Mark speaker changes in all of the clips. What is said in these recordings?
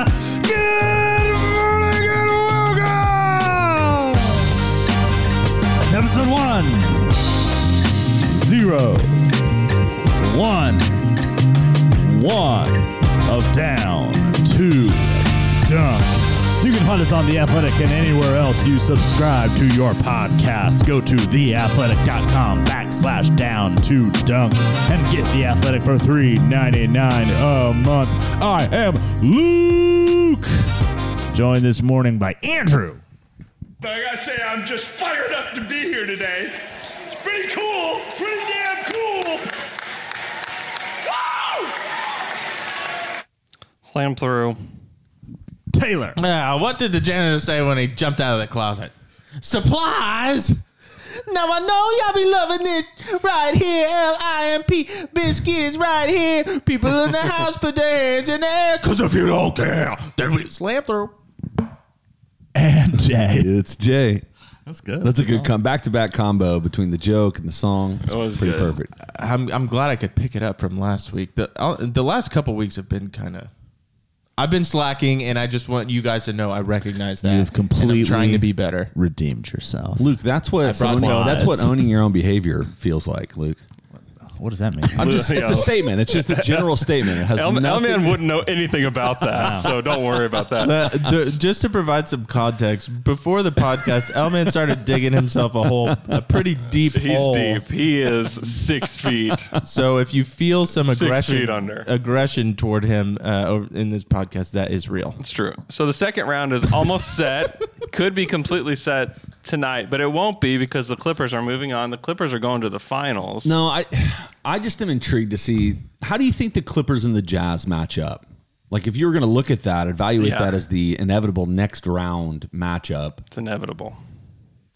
Speaker 1: Good morning and welcome! Episode one, zero, one, one of Down to Dunk. You can find us on The Athletic and anywhere else you subscribe to your podcast. Go to theathletic.com backslash down to dunk and get The Athletic for $3.99 a month. I am Luke, joined this morning by Andrew.
Speaker 2: But I gotta say, I'm just fired up to be here today. It's pretty cool, pretty damn cool. Woo!
Speaker 3: Slam through.
Speaker 1: Taylor.
Speaker 4: Now, Uh, what did the janitor say when he jumped out of the closet? Supplies! Now I know y'all be loving it right here. L I M P biscuits right here. People in the house put their hands in the air. Cause if you don't care, then we slam through.
Speaker 1: And Jay.
Speaker 5: It's Jay.
Speaker 1: That's good.
Speaker 5: That's a good com- back-to-back combo between the joke and the song. It's
Speaker 3: was
Speaker 5: pretty
Speaker 3: good.
Speaker 5: perfect.
Speaker 4: I'm I'm glad I could pick it up from last week. The uh, the last couple weeks have been kind of. I've been slacking, and I just want you guys to know I recognize that.
Speaker 1: You've
Speaker 4: and
Speaker 1: completely
Speaker 4: I'm trying to be better.
Speaker 1: Redeemed yourself.
Speaker 5: Luke, that's what
Speaker 4: brought
Speaker 5: owning-
Speaker 1: applause.
Speaker 5: that's what owning your own behavior feels like, Luke.
Speaker 1: What does that mean?
Speaker 5: I'm just, it's
Speaker 3: Yeah.
Speaker 5: a statement. It's just a general statement. It has
Speaker 3: Elman
Speaker 5: nothing.
Speaker 3: wouldn't know anything about that, so don't worry about that.
Speaker 4: Uh, the, just to provide some context, before the podcast, Elman started digging himself a hole, a pretty deep
Speaker 3: He's
Speaker 4: hole.
Speaker 3: deep. He is six feet.
Speaker 4: So if you feel some
Speaker 3: Six
Speaker 4: aggression,
Speaker 3: feet under.
Speaker 4: aggression toward him uh, over- in this podcast, that is real.
Speaker 3: It's true. So the second round is almost set. Could be completely set tonight, but it won't be because the Clippers are moving on. The Clippers are going to the finals.
Speaker 5: No, I, I just am intrigued to see how do you think the Clippers and the Jazz match up. Like, if you were going to look at that, evaluate
Speaker 3: Yeah.
Speaker 5: that as the inevitable next round matchup.
Speaker 3: It's inevitable.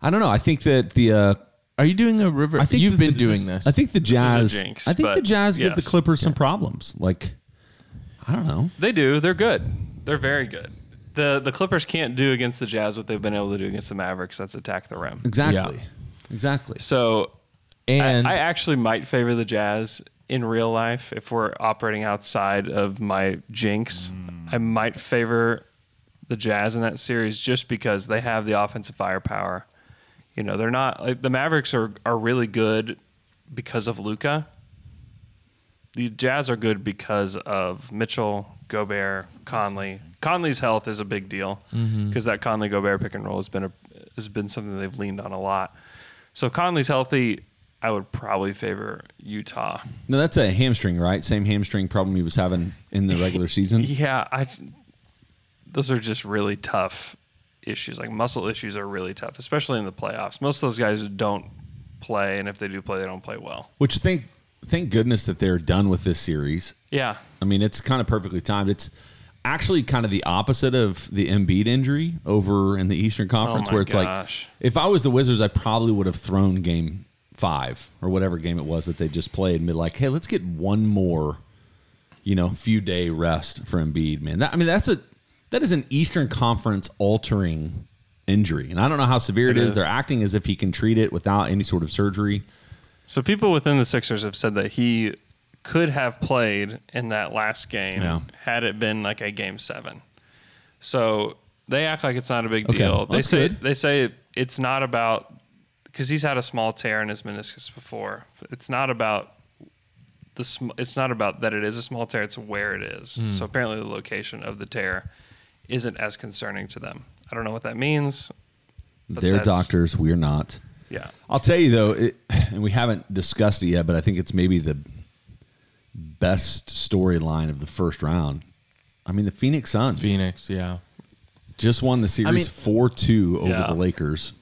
Speaker 5: I don't know. I think that the uh,
Speaker 4: Are you doing a river?
Speaker 5: I think
Speaker 4: You've
Speaker 5: that
Speaker 4: been
Speaker 5: the-
Speaker 4: doing
Speaker 5: is-
Speaker 4: this.
Speaker 5: I think the Jazz.
Speaker 3: jinx,
Speaker 5: I think
Speaker 3: but
Speaker 5: the Jazz give
Speaker 3: yes.
Speaker 5: the Clippers some problems. Like, I don't know.
Speaker 3: They do. They're good. They're very good. The the Clippers can't do against the Jazz what they've been able to do against the Mavericks. That's attack the rim.
Speaker 5: Exactly. Exactly.
Speaker 3: So
Speaker 4: and
Speaker 3: I, I actually might favor the Jazz in real life if we're operating outside of my jinx. I might favor the Jazz in that series just because they have the offensive firepower. You know, they're not like the Mavericks are are really good because of Luca. The Jazz are good because of Mitchell, Gobert, Conley. Conley's health is a big deal because that Conley Gobert pick and roll has been a has been something they've leaned on a lot. So if Conley's healthy. I would probably favor Utah.
Speaker 5: No, that's a hamstring, right? Same hamstring problem he was having in the regular season.
Speaker 3: Yeah, I. Those are just really tough issues. Like muscle issues are really tough, especially in the playoffs. Most of those guys don't play, and if they do play, they don't play well.
Speaker 5: Which thank thank goodness that they're done with this series.
Speaker 3: Yeah,
Speaker 5: I mean, it's kind of perfectly timed. It's actually kind of the opposite of the Embiid injury over in the Eastern Conference,
Speaker 3: Oh my
Speaker 5: where it's
Speaker 3: gosh.
Speaker 5: like, if I was the Wizards, I probably would have thrown Game Five or whatever game it was that they just played, and be like, hey, let's get one more, you know, few day rest for Embiid, man. That, I mean, that's a that is an Eastern Conference altering injury, and I don't know how severe it
Speaker 3: It
Speaker 5: is.
Speaker 3: is.
Speaker 5: They're acting as if he can treat it without any sort of surgery.
Speaker 3: So people within the Sixers have said that he could have played in that last game
Speaker 5: Yeah.
Speaker 3: had it been like a game seven. So they act like it's not a big
Speaker 5: Okay.
Speaker 3: deal. They
Speaker 5: That's
Speaker 3: say
Speaker 5: good.
Speaker 3: they say it's not about because he's had a small tear in his meniscus before. It's not about the sm- it's not about that it is a small tear. It's where it is.
Speaker 5: Hmm.
Speaker 3: So apparently the location of the tear isn't as concerning to them. I don't know what that means. But
Speaker 5: They're
Speaker 3: that's-
Speaker 5: doctors, we're not.
Speaker 3: Yeah.
Speaker 5: I'll tell you though, it, and we haven't discussed it yet, but I think it's maybe the best storyline of the first round I mean, the Phoenix Suns
Speaker 4: Phoenix, yeah.
Speaker 5: just won the
Speaker 4: I mean-
Speaker 5: series four two over
Speaker 3: Yeah.
Speaker 5: the Lakers.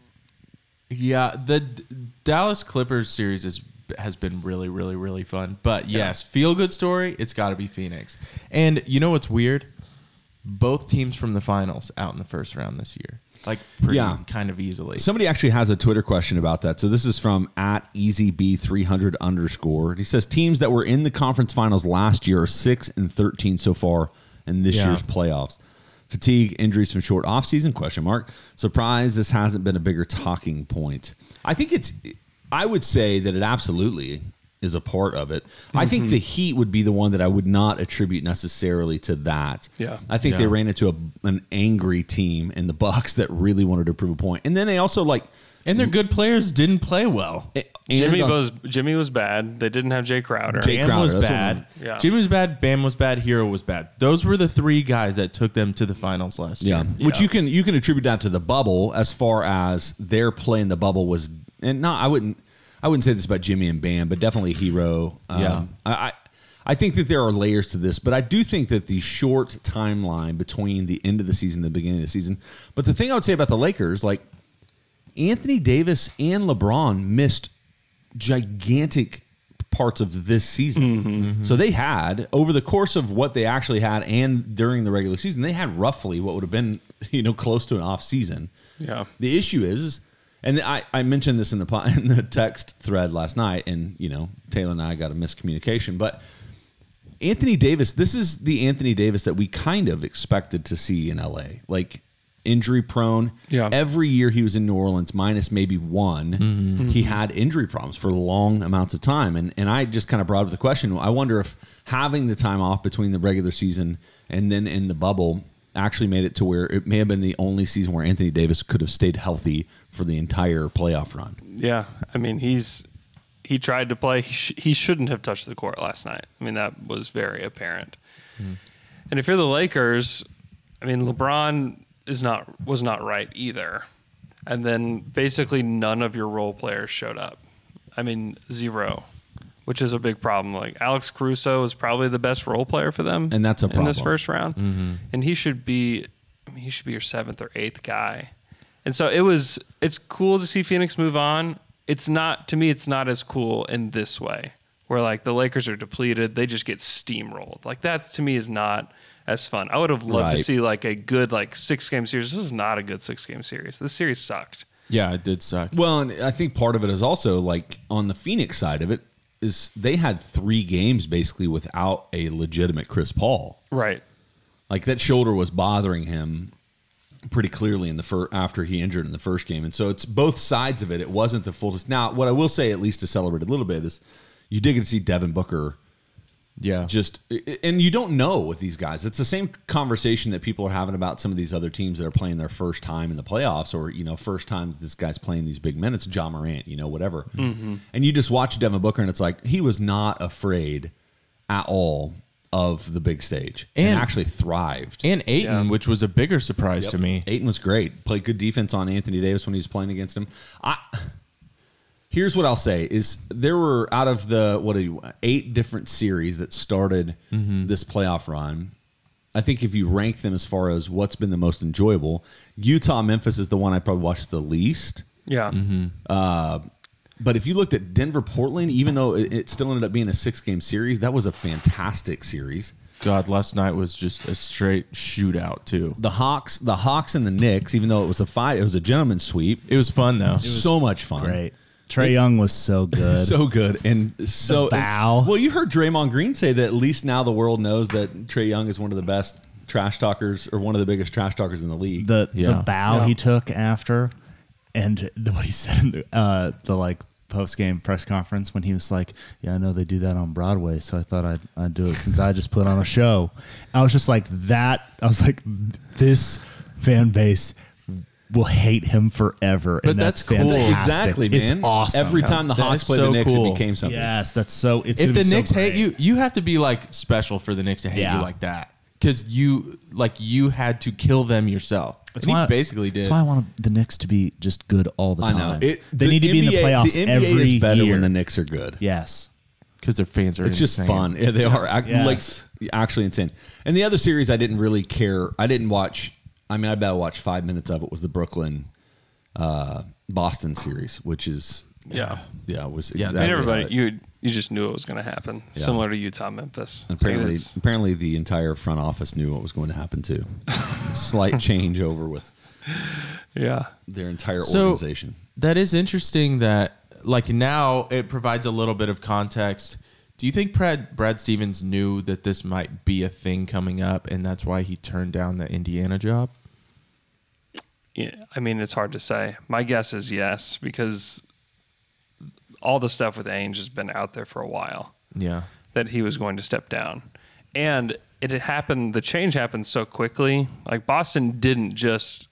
Speaker 4: Yeah, the D- Dallas Clippers series is has been really, really, really fun. But yes, feel good story. It's got to be Phoenix. And you know what's weird? Both teams from the finals out in the first round this year, like pretty
Speaker 5: Yeah.
Speaker 4: kind of easily.
Speaker 5: Somebody actually has a Twitter question about that. So this is from at easyb300 underscore. And he says teams that were in the conference finals last year are six and thirteen so far in this
Speaker 4: Yeah.
Speaker 5: year's playoffs. Fatigue, injuries from short offseason, question mark. Surprise, this hasn't been a bigger talking point. I think it's I would say that it absolutely is a part of it. I think
Speaker 4: Mm-hmm.
Speaker 5: the Heat would be the one that I would not attribute necessarily to that.
Speaker 3: Yeah.
Speaker 5: I think they
Speaker 4: Yeah.
Speaker 5: ran into a, an angry team in the Bucks that really wanted to prove a point, and then they also like
Speaker 4: and their good players didn't play well.
Speaker 5: and
Speaker 3: Jimmy
Speaker 5: on-
Speaker 3: was Jimmy was bad. They didn't have Jay Crowder.
Speaker 5: Jay-
Speaker 4: Bam
Speaker 5: Crowder,
Speaker 4: was
Speaker 5: that's what
Speaker 4: bad.
Speaker 3: I'm- Yeah.
Speaker 4: Jimmy was bad. Bam was bad. Hero was bad. Those were the three guys that took them to the finals last
Speaker 5: yeah.
Speaker 4: year.
Speaker 5: which
Speaker 3: Yeah.
Speaker 5: you can you can attribute that to the bubble as far as their play in the bubble was, and not I wouldn't I wouldn't say this about Jimmy and Bam, but definitely Hero. Um,
Speaker 4: Yeah.
Speaker 5: I. I I think that there are layers to this, but I do think that the short timeline between the end of the season and the beginning of the season. But the thing I would say about the Lakers, like Anthony Davis and LeBron missed gigantic parts of this season. So they had over the course of what they actually had and during the regular season, they had roughly what would have been, you know, close to an off season.
Speaker 3: Yeah.
Speaker 5: The issue is, and I, I mentioned this in the po- in the text thread last night, and you know, Taylor and I got a miscommunication, but Anthony Davis, this is the Anthony Davis that we kind of expected to see in LA. Like injury prone.
Speaker 3: Yeah.
Speaker 5: Every year he was in New Orleans, minus maybe one, he had injury problems for long amounts of time. And and I just kind of brought up the question. I wonder if having the time off between the regular season and then in the bubble actually made it to where it may have been the only season where Anthony Davis could have stayed healthy for the entire playoff run.
Speaker 3: Yeah, I mean he's he tried to play. He, sh- he shouldn't have touched the court last night. I mean that was very apparent.
Speaker 5: Hmm.
Speaker 3: And if you're the Lakers, I mean LeBron is not was not right either. And then basically none of your role players showed up. I mean zero, which is a big problem. Like Alex Caruso is probably the best role player for them,
Speaker 5: And that's a
Speaker 3: in this
Speaker 5: problem.
Speaker 3: first round.
Speaker 5: Mm-hmm.
Speaker 3: And he should be, I mean, he should be your seventh or eighth guy. And so it was. It's cool to see Phoenix move on. It's not to me. It's not as cool in this way, where like the Lakers are depleted. They just get steamrolled. Like that to me is not as fun. I would have loved to
Speaker 5: Right.
Speaker 3: see like a good like six game series. This is not a good six game series. This series sucked.
Speaker 4: Yeah, it did suck.
Speaker 5: Well, and I think part of it is also like on the Phoenix side of it is they had three games basically without a legitimate Chris Paul.
Speaker 3: Right.
Speaker 5: Like that shoulder was bothering him pretty clearly in the fir- after he injured in the first game, and so it's both sides of it. It wasn't the fullest. Now, what I will say, at least to celebrate a little bit, is you did get to see Devin Booker
Speaker 4: Yeah.
Speaker 5: just and you don't know with these guys it's the same conversation that people are having about some of these other teams that are playing their first time in the playoffs or you know first time this guy's playing these big minutes john morant you know whatever
Speaker 4: Mm-hmm.
Speaker 5: and you just watch devin booker and it's like he was not afraid at all of the big stage and,
Speaker 4: And-
Speaker 5: actually thrived
Speaker 4: and Aiton, which was a bigger surprise to me.
Speaker 5: Aiton was great. Played good defense on Anthony Davis when he was playing against him. I here's what I'll say is there were out of the what are you, eight different series that started
Speaker 4: Mm-hmm.
Speaker 5: this playoff run. I think if you rank them as far as what's been the most enjoyable, Utah Memphis is the one I probably watched the least.
Speaker 3: Yeah.
Speaker 5: But if you looked at Denver Portland, even though it, it still ended up being a six game series, that was a fantastic series.
Speaker 4: God, last night was just a straight shootout too.
Speaker 5: The Hawks, the Hawks and the Knicks, even though it was a five, it was a gentleman's sweep.
Speaker 4: It was fun though.
Speaker 5: so much fun.
Speaker 6: Great. Trey Young was so good.
Speaker 5: so good and so
Speaker 6: bow.
Speaker 5: well, you heard Draymond Green say that at least now the world knows that Trey Young is one of the best trash talkers or one of the biggest trash talkers in the league.
Speaker 6: the
Speaker 4: Yeah.
Speaker 6: the bow he took after, and the, what he said in the uh, the like post game press conference when he was like, "Yeah, I know they do that on Broadway, so I thought I'd I'd do it since I just put on a show." I was just like that. I was like, this fan base will hate him forever.
Speaker 4: But
Speaker 6: and
Speaker 4: that's cool.
Speaker 6: fantastic.
Speaker 5: exactly, man.
Speaker 6: It's awesome.
Speaker 5: Every time the
Speaker 4: That
Speaker 5: Hawks
Speaker 4: is
Speaker 5: played
Speaker 4: so
Speaker 5: the Knicks,
Speaker 4: cool.
Speaker 5: it became something.
Speaker 6: yes, that's so. It's
Speaker 4: if
Speaker 6: gonna
Speaker 4: the
Speaker 6: be so
Speaker 4: Knicks hate
Speaker 6: great.
Speaker 4: you, you have to be like special for the Knicks to hate
Speaker 6: Yeah.
Speaker 4: you like that. Because you like you had to kill them yourself.
Speaker 6: That's
Speaker 4: and
Speaker 6: why
Speaker 4: he basically did.
Speaker 6: That's why I want the Knicks to be just good all the
Speaker 5: I
Speaker 6: time.
Speaker 5: know.
Speaker 6: they need to be in the
Speaker 5: NBA
Speaker 6: playoffs
Speaker 5: The NBA
Speaker 6: every
Speaker 5: is better
Speaker 6: year.
Speaker 5: when the Knicks are good.
Speaker 6: Yes.
Speaker 4: because their fans are.
Speaker 5: It's just
Speaker 4: insane.
Speaker 5: fun. Yeah, they are ac-
Speaker 6: Yes.
Speaker 5: like actually insane. And the other series I didn't really care. I didn't watch. I mean, I about watched five minutes of it. Was the Brooklyn, uh, Boston series, which is
Speaker 3: Yeah.
Speaker 5: yeah was
Speaker 3: I
Speaker 5: exactly
Speaker 3: mean,
Speaker 5: how
Speaker 3: everybody,
Speaker 5: it-
Speaker 3: you you just knew it was going to happen,
Speaker 5: Yeah.
Speaker 3: similar to Utah, Memphis. Like,
Speaker 5: apparently
Speaker 3: that's-
Speaker 5: apparently the entire front office knew what was going to happen too. Slight changeover with
Speaker 3: yeah.
Speaker 5: their entire
Speaker 4: So-
Speaker 5: organization.
Speaker 4: That is interesting. That like now it provides a little bit of context. Do you think Brad Brad Stevens knew that this might be a thing coming up, and that's why he turned down the Indiana job?
Speaker 3: Yeah, I mean, it's hard to say. My guess is yes, because all the stuff with Ainge has been out there for a while
Speaker 4: Yeah.
Speaker 3: that he was going to step down. And it had happened, the change happened so quickly. Like, Boston didn't just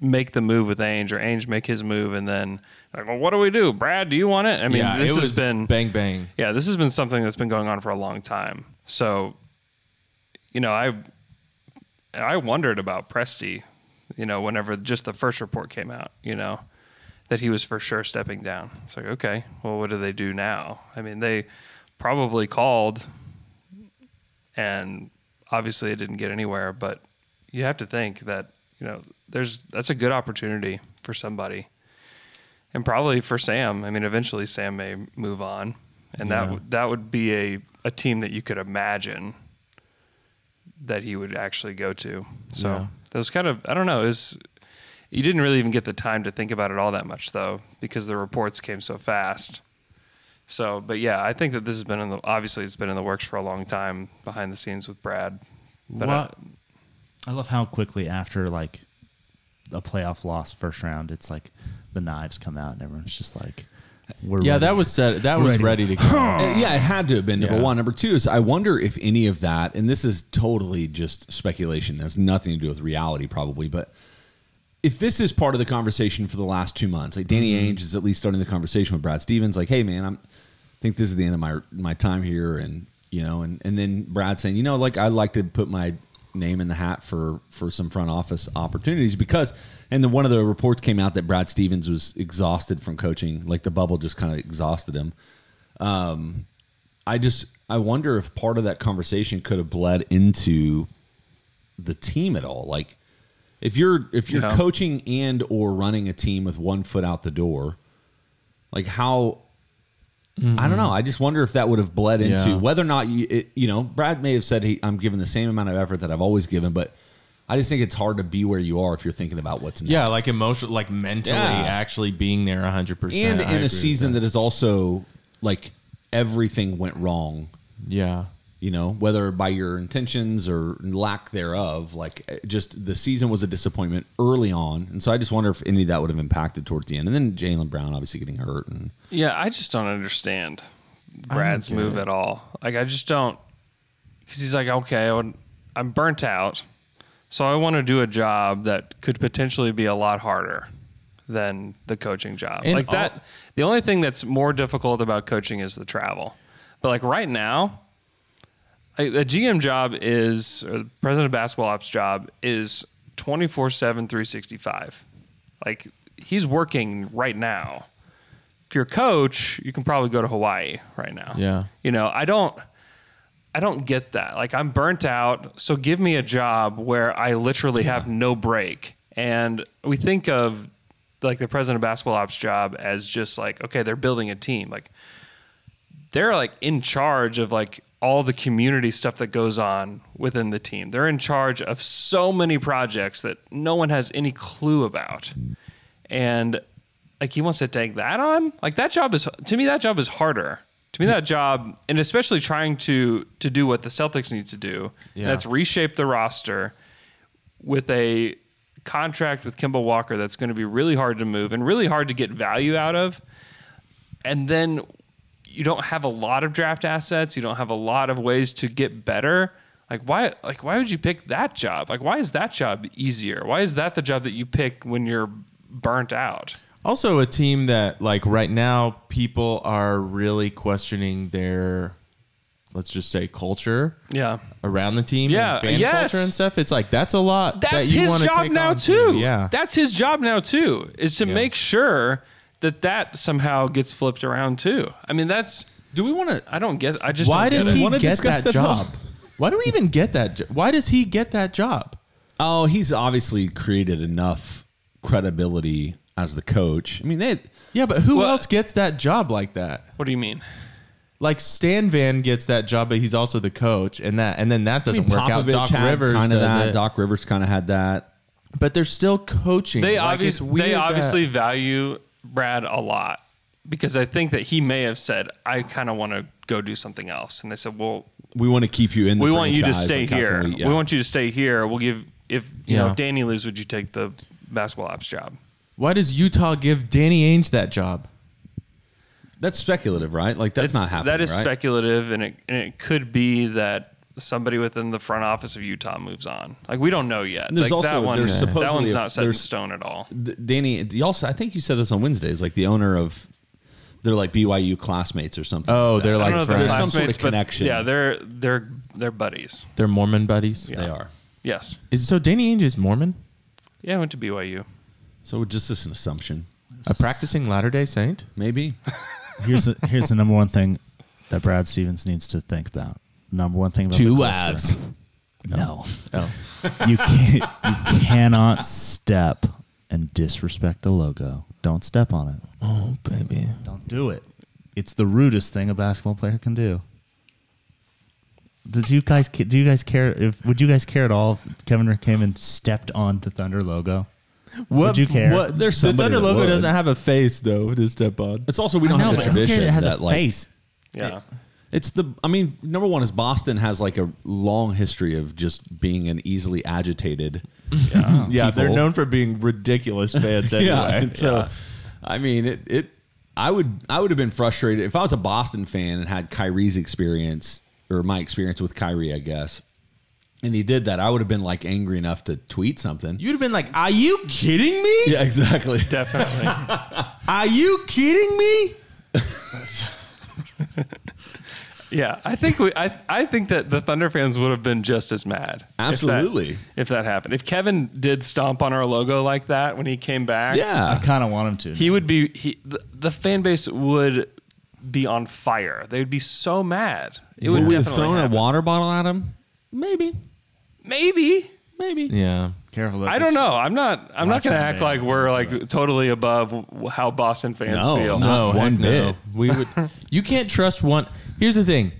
Speaker 3: make the move with Ainge or Ainge make his move and then, like, well, what do we do? Brad, do you want it? I mean,
Speaker 4: yeah.
Speaker 3: this
Speaker 4: it
Speaker 3: has
Speaker 4: was
Speaker 3: been.
Speaker 4: bang bang.
Speaker 3: yeah, this has been something that's been going on for a long time. So, you know, I I wondered about Presti, you know, whenever just the first report came out, you know, that he was for sure stepping down. It's like, okay, well, what do they do now? I mean, they probably called, and obviously it didn't get anywhere. But you have to think that you know, there's that's a good opportunity for somebody and probably for Sam. I mean, eventually Sam may move on, and that that that would be a a team that you could imagine that he would actually go to. So that was kind of I don't know. Is you didn't really even get the time to think about it all that much though, because the reports came so fast. So, but yeah, I think that this has been in the obviously it's been in the works for a long time behind the scenes with Brad. But uh, I-
Speaker 6: Well, I love how quickly after like a playoff loss, first round, it's like the knives come out and everyone's just like, "We're
Speaker 4: Yeah,
Speaker 6: ready.
Speaker 4: that was set. That was ready, to go.
Speaker 5: Uh, yeah, it had to have been number
Speaker 4: Yeah.
Speaker 5: one. Number two is I wonder if any of that, and this is totally just speculation, has nothing to do with reality, probably, but if this is part of the conversation for the last two months, like Danny Ainge is at least starting the conversation with Brad Stevens, like, hey man, I'm I think this is the end of my my time here, and you know, and and then Brad saying, you know, like I'd like to put my name in the hat for for some front office opportunities because and then one of the reports came out that Brad Stevens was exhausted from coaching, like the bubble just kind of exhausted him. I just I wonder if part of that conversation could have bled into the team at all. Like if you're if you're
Speaker 3: Yeah.
Speaker 5: coaching and or running a team with one foot out the door, like how I don't know. I just wonder if that would have bled into
Speaker 4: Mm-hmm. Yeah.
Speaker 5: whether or not you it, you know Brad may have said he, I'm giving the same amount of effort that I've always given, but I just think it's hard to be where you are if you're thinking about what's next.
Speaker 4: Yeah, like emotional, like mentally,
Speaker 5: Yeah.
Speaker 4: actually being there hundred
Speaker 5: and
Speaker 4: percent.
Speaker 5: in a season that is also like everything went wrong
Speaker 4: yeah,
Speaker 5: you know, whether by your intentions or lack thereof, like eh, just the season was a disappointment early on. And so I just wonder if any of that would have impacted towards the end. And then Jalen Brown obviously getting hurt. And
Speaker 3: Yeah, I just don't understand Brad's
Speaker 4: get
Speaker 3: move
Speaker 4: it.
Speaker 3: at all. Like, I just don't, because he's like, okay, I would- I'm burnt out, so I want to do a job that could potentially be a lot harder than the coaching job.
Speaker 4: And
Speaker 3: like
Speaker 4: all-
Speaker 3: that. The only thing that's more difficult about coaching is the travel. But like right now, I, the GM job is, or the president of basketball ops job is 24 7, 365. Like he's working right now. If you're a coach, you can probably go to Hawaii right now.
Speaker 4: Yeah.
Speaker 3: You know, I don't. I don't get that. Like I'm burnt out, so give me a job where I literally have no break. And we think of like the president of basketball ops job as just like okay, they're building a team. Like they're like in charge of like all the community stuff that goes on within the team. They're in charge of so many projects that no one has any clue about. And like he wants to take that on? Like that job is to me that job is harder. To me that job and especially trying to to do what the Celtics need to do. and
Speaker 4: Yeah.
Speaker 3: That's reshape the roster with a contract with Kimball Walker that's going to be really hard to move and really hard to get value out of. And then you don't have a lot of draft assets. You don't have a lot of ways to get better. Like why like why would you pick that job? Like why is that job easier? Why is that the job that you pick when you're burnt out?
Speaker 4: Also, a team that, like, right now, people are really questioning their, let's just say, culture
Speaker 3: Yeah.
Speaker 4: around the team.
Speaker 3: Yeah,
Speaker 4: and fan
Speaker 3: yes.
Speaker 4: culture and stuff. It's like that's a lot.
Speaker 3: That's
Speaker 4: that you
Speaker 3: his
Speaker 4: wanna
Speaker 3: job
Speaker 4: take
Speaker 3: now
Speaker 4: on
Speaker 3: too.
Speaker 4: Yeah,
Speaker 3: That's his job now too is to make sure that that somehow gets flipped around too. I mean, that's
Speaker 5: Do we want to?
Speaker 3: I don't get. I just
Speaker 4: Why
Speaker 3: don't
Speaker 4: does
Speaker 3: get
Speaker 4: he
Speaker 3: it.
Speaker 5: Wanna
Speaker 4: get
Speaker 5: discuss
Speaker 4: that,
Speaker 5: that
Speaker 4: job?
Speaker 5: more.
Speaker 4: Why do we even get that? jo- Why does he get that job?
Speaker 5: Oh, he's obviously created enough credibility as the coach. I mean, they.
Speaker 4: Yeah, but who
Speaker 3: Well-
Speaker 4: else gets that job like that?
Speaker 3: What do you mean?
Speaker 4: Like Stan Van gets that job, but he's also the coach, and that and then that
Speaker 5: I
Speaker 4: doesn't
Speaker 5: mean,
Speaker 4: work out. Doc Rivers does
Speaker 5: kind of that.
Speaker 4: it,
Speaker 5: Doc Rivers kind of had that.
Speaker 4: but they're still coaching.
Speaker 3: They
Speaker 4: Like, it's
Speaker 3: obviously
Speaker 4: weird
Speaker 3: they
Speaker 4: that-
Speaker 3: obviously value Brad a lot because I think that he may have said, "I kind of want to go do something else," and they said, "Well,
Speaker 5: We want to keep you in. The
Speaker 3: we want you to
Speaker 5: franchise,
Speaker 3: stay
Speaker 5: like, how can
Speaker 3: here. We,
Speaker 5: yeah.
Speaker 3: want you to stay here. We'll give if you know
Speaker 4: Yeah.
Speaker 3: if Danny leaves, would you take the basketball ops job?"
Speaker 4: Why does Utah give Danny Ainge that job?
Speaker 5: That's speculative, right? Like that's
Speaker 3: It's-
Speaker 5: not happening.
Speaker 3: That is
Speaker 5: right?
Speaker 3: speculative, and it and it could be that somebody within the front office of Utah moves on. Like we don't know yet.
Speaker 5: And there's
Speaker 3: like
Speaker 5: also-
Speaker 3: that one,
Speaker 5: there's
Speaker 3: that
Speaker 5: supposedly
Speaker 3: one's
Speaker 5: a-
Speaker 3: not set in
Speaker 5: there's-
Speaker 3: stone at all.
Speaker 5: D- Danny, you also I think you said this on Wednesdays. Like the owner of, they're like BYU classmates or something.
Speaker 4: Oh, they're
Speaker 3: I
Speaker 4: like
Speaker 3: don't know if they're
Speaker 5: there's
Speaker 4: friends.
Speaker 5: some sort
Speaker 3: classmates,
Speaker 5: of
Speaker 3: but
Speaker 5: connection.
Speaker 3: yeah, they're they're they're buddies.
Speaker 4: they're Mormon buddies.
Speaker 5: they are.
Speaker 3: Yes,
Speaker 4: Is so Danny Ainge is Mormon,
Speaker 3: yeah, I went to BYU.
Speaker 5: So just as an assumption,
Speaker 4: a practicing Latter Day Saint.
Speaker 5: maybe.
Speaker 6: Here's the- here's the number one thing that Brad Stevens needs to think about. Number one thing about the culture. No.
Speaker 4: Oh.
Speaker 6: you can't, you cannot step and disrespect the logo. Don't step on it.
Speaker 4: Oh baby,
Speaker 6: Don't do it. It's the rudest thing a basketball player can do. Did you guys ca- do you guys care if would you guys care at all if Kevin Rick came and stepped on the Thunder logo?
Speaker 4: what
Speaker 6: Would you care?
Speaker 4: What,
Speaker 5: There's
Speaker 4: the
Speaker 5: somebody
Speaker 4: Thunder
Speaker 5: that
Speaker 4: logo
Speaker 5: would.
Speaker 4: doesn't have a face though to step on.
Speaker 5: It's also we don't
Speaker 6: I know,
Speaker 5: have a
Speaker 6: but who cares?
Speaker 5: tradition
Speaker 6: It has
Speaker 5: that
Speaker 6: a
Speaker 5: like
Speaker 6: face.
Speaker 3: Yeah,
Speaker 5: it's the. I mean, number one is Boston has like a long history of just being an easily agitated. Yeah,
Speaker 4: Yeah, they're known for being ridiculous fans anyway.
Speaker 5: yeah. and So, I mean, it, it. I would I would have been frustrated if I was a Boston fan and had Kyrie's experience or my experience with Kyrie, I guess. And he did that. I would have been like angry enough to tweet something.
Speaker 4: You'd have been like, "Are you kidding me?
Speaker 5: yeah, exactly.
Speaker 3: definitely.
Speaker 4: Are you kidding me?"
Speaker 3: Yeah, I think we, I, I think that the Thunder fans would have been just as mad. if that-
Speaker 5: Absolutely.
Speaker 3: if that, happened, if Kevin did stomp on our logo like that when he came back,
Speaker 6: I
Speaker 5: Yeah,
Speaker 6: kind of want him to.
Speaker 3: he would be he the, the fan base would be on fire. They would be so mad. It would
Speaker 5: would we have
Speaker 3: definitely
Speaker 5: thrown
Speaker 3: happen.
Speaker 5: a water bottle at him? Maybe,
Speaker 3: Maybe.
Speaker 5: maybe.
Speaker 4: Yeah,
Speaker 6: Careful. that
Speaker 3: I don't
Speaker 6: gets-
Speaker 3: know. I'm not. I'm not going to
Speaker 6: Lifetime
Speaker 3: act
Speaker 6: ban.
Speaker 3: like we're like totally above w- how Boston fans
Speaker 5: No,
Speaker 3: feel.
Speaker 5: no. Not
Speaker 4: heck
Speaker 5: one bit.
Speaker 4: We would. You can't trust one. Here's the thing.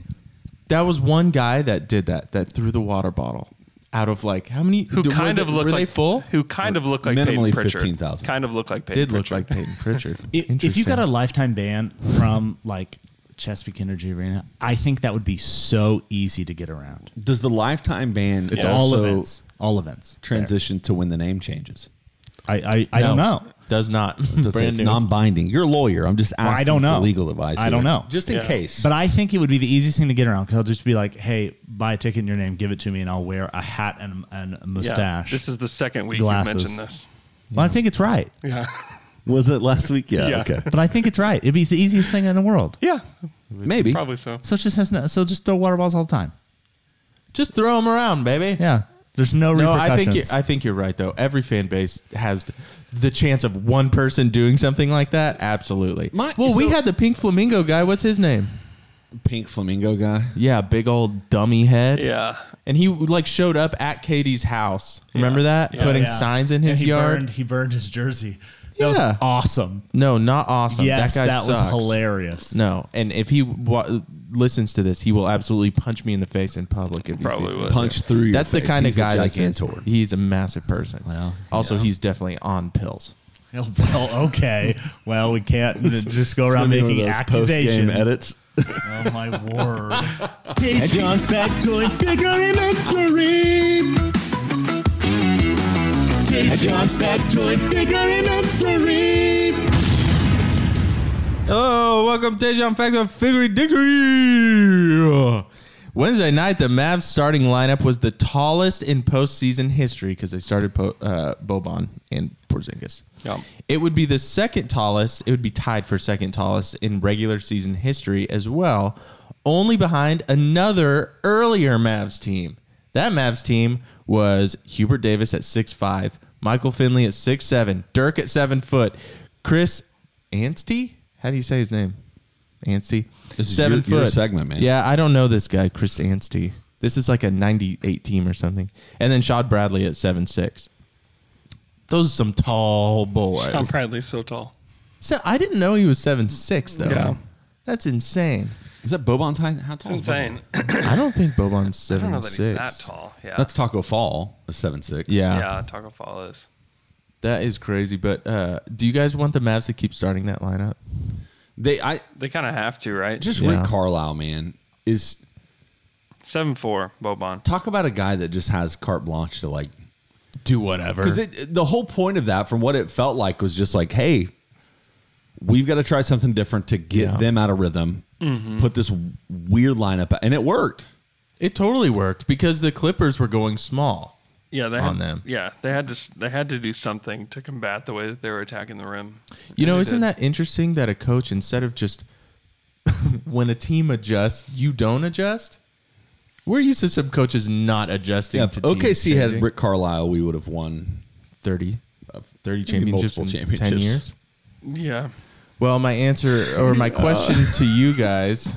Speaker 4: That was one guy that did that. That threw the water bottle out of like how many?
Speaker 3: Who
Speaker 4: were
Speaker 3: kind
Speaker 4: they-
Speaker 3: of look
Speaker 4: were
Speaker 3: like
Speaker 4: they full?
Speaker 3: Who kind of look like
Speaker 5: Minimally
Speaker 3: Peyton Pritchard?
Speaker 5: 15,000.
Speaker 3: Kind of look like Peyton
Speaker 4: Did look
Speaker 3: Pritchard.
Speaker 4: like Peyton Pritchard.
Speaker 6: If, if you
Speaker 4: Interesting.
Speaker 6: got a lifetime ban from like Chesapeake Energy Arena, I think that would be so easy to get around.
Speaker 5: Does the lifetime ban?
Speaker 6: It's
Speaker 5: also
Speaker 6: all events. All events.
Speaker 5: Transition to when the name changes.
Speaker 6: I I, I don't
Speaker 4: No,
Speaker 6: know.
Speaker 4: Does not.
Speaker 5: That's it.
Speaker 4: Brand
Speaker 5: it's
Speaker 4: new.
Speaker 5: non-binding. You're a lawyer. I'm just asking
Speaker 6: I don't know.
Speaker 5: for legal advice.
Speaker 6: I don't
Speaker 5: here.
Speaker 6: know.
Speaker 5: Just in
Speaker 3: Yeah.
Speaker 5: case.
Speaker 6: But I think it would be the easiest thing to get around because I'll just be like, "Hey, buy a ticket in your name, give it to me, and I'll wear a hat and, and a
Speaker 3: Yeah.
Speaker 6: mustache."
Speaker 3: This is the second week
Speaker 6: Glasses.
Speaker 3: you mentioned this.
Speaker 6: well, I think it's right,
Speaker 3: Yeah.
Speaker 5: was it last week? Yeah.
Speaker 3: Yeah.
Speaker 5: Okay.
Speaker 6: but I think it's right. It'd be the easiest thing in the world.
Speaker 3: Yeah.
Speaker 5: Maybe.
Speaker 3: Probably so.
Speaker 6: So it just has no, so just throw water balls all the time.
Speaker 4: Just throw them around, baby.
Speaker 6: Yeah, there's no,
Speaker 4: No, I
Speaker 6: repercussions.
Speaker 4: think you, I think you're right though. Every fan base has the chance of one person doing something like that. Absolutely.
Speaker 5: My-
Speaker 4: well, we
Speaker 5: so-
Speaker 4: had the pink flamingo guy. What's his name?
Speaker 5: Pink flamingo guy.
Speaker 4: Yeah, big old dummy head.
Speaker 3: Yeah.
Speaker 4: And he like showed up at Katie's house. Remember that?
Speaker 3: Yeah.
Speaker 4: Putting
Speaker 6: Yeah.
Speaker 4: signs in
Speaker 6: And
Speaker 4: his
Speaker 6: he
Speaker 4: yard.
Speaker 6: Burned, he burned his jersey. That
Speaker 4: Yeah.
Speaker 6: was awesome.
Speaker 4: No, not awesome.
Speaker 6: yes,
Speaker 4: that
Speaker 6: that,
Speaker 4: guy
Speaker 6: was
Speaker 4: sucks.
Speaker 6: hilarious.
Speaker 4: No, and if he wa- listens to this, he will absolutely punch me in the face in public. If he
Speaker 3: Probably
Speaker 4: sees me.
Speaker 3: would.
Speaker 5: Punch through. Your
Speaker 4: That's the
Speaker 5: face.
Speaker 4: kind
Speaker 5: He's
Speaker 4: of guy
Speaker 5: A
Speaker 4: that is.
Speaker 5: gigantor.
Speaker 4: He's a massive person.
Speaker 6: Well,
Speaker 4: also, he's definitely on pills.
Speaker 6: Well, okay. Well, we can't just go around making accusations. Oh my word! John's back toy figure inventory. John's back toy figure inventory.
Speaker 4: Hello, welcome to John Fact of Figgery Dictory. Wednesday night, the Mavs starting lineup was the tallest in postseason history because they started po- uh, Boban and Porzingis.
Speaker 3: Yeah.
Speaker 4: It would be the second tallest. It would be tied for second tallest in regular season history as well, only behind another earlier Mavs team. That Mavs team was Hubert Davis at 6'5, Michael Finley at 6'7, Dirk at 7 foot, Chris Anstey? How do you say his name? Anstey.
Speaker 5: This is your- your segment, man.
Speaker 4: Yeah, I don't know this guy, Chris Anstey. This is like a 98 team or something. And then Shad Bradley at seven six. Those are some tall boys.
Speaker 3: Sean Bradley's so tall.
Speaker 4: So I didn't know he was seven six though.
Speaker 3: Yeah.
Speaker 4: That's insane.
Speaker 5: Is that Bobon's height? How
Speaker 3: It's
Speaker 5: tall? is Bobon?
Speaker 3: insane.
Speaker 4: I don't think Boban's
Speaker 3: I
Speaker 4: seven
Speaker 3: don't know that
Speaker 4: six.
Speaker 3: he's that tall. Yeah.
Speaker 5: That's Taco Fall, a seven six.
Speaker 4: Yeah.
Speaker 3: yeah, Taco Fall is.
Speaker 4: That is crazy. But uh, do you guys want the Mavs to keep starting that lineup?
Speaker 5: they I
Speaker 3: They kind of have to, right?
Speaker 5: just
Speaker 4: Yeah.
Speaker 5: Rick Carlisle, man, is
Speaker 3: seven four Boban.
Speaker 5: talk about a guy that just has carte blanche to like
Speaker 4: Do whatever.
Speaker 5: because the whole point of that, from what it felt like, was just like, hey, we've got to try something different to get
Speaker 4: Yeah.
Speaker 5: them out of rhythm. Put this weird lineup, and it worked.
Speaker 4: It totally worked because the Clippers were going small.
Speaker 3: Yeah, they
Speaker 4: On
Speaker 3: had,
Speaker 4: them.
Speaker 3: Yeah, they had to. s- They had to do something to combat the way that they were attacking the rim.
Speaker 4: You know,
Speaker 3: they
Speaker 4: isn't
Speaker 3: did.
Speaker 4: that interesting that a coach, instead of just when a team adjusts, you don't adjust? We're used to some coaches not adjusting
Speaker 5: Yeah,
Speaker 4: to
Speaker 5: if OKC
Speaker 4: teams
Speaker 5: had
Speaker 4: changing.
Speaker 5: Rick Carlisle, we would have won Uh,
Speaker 4: 30, 30 championships in
Speaker 5: multiple
Speaker 4: 10
Speaker 5: championships.
Speaker 4: years.
Speaker 3: Yeah,
Speaker 4: Well, my answer or my question to you guys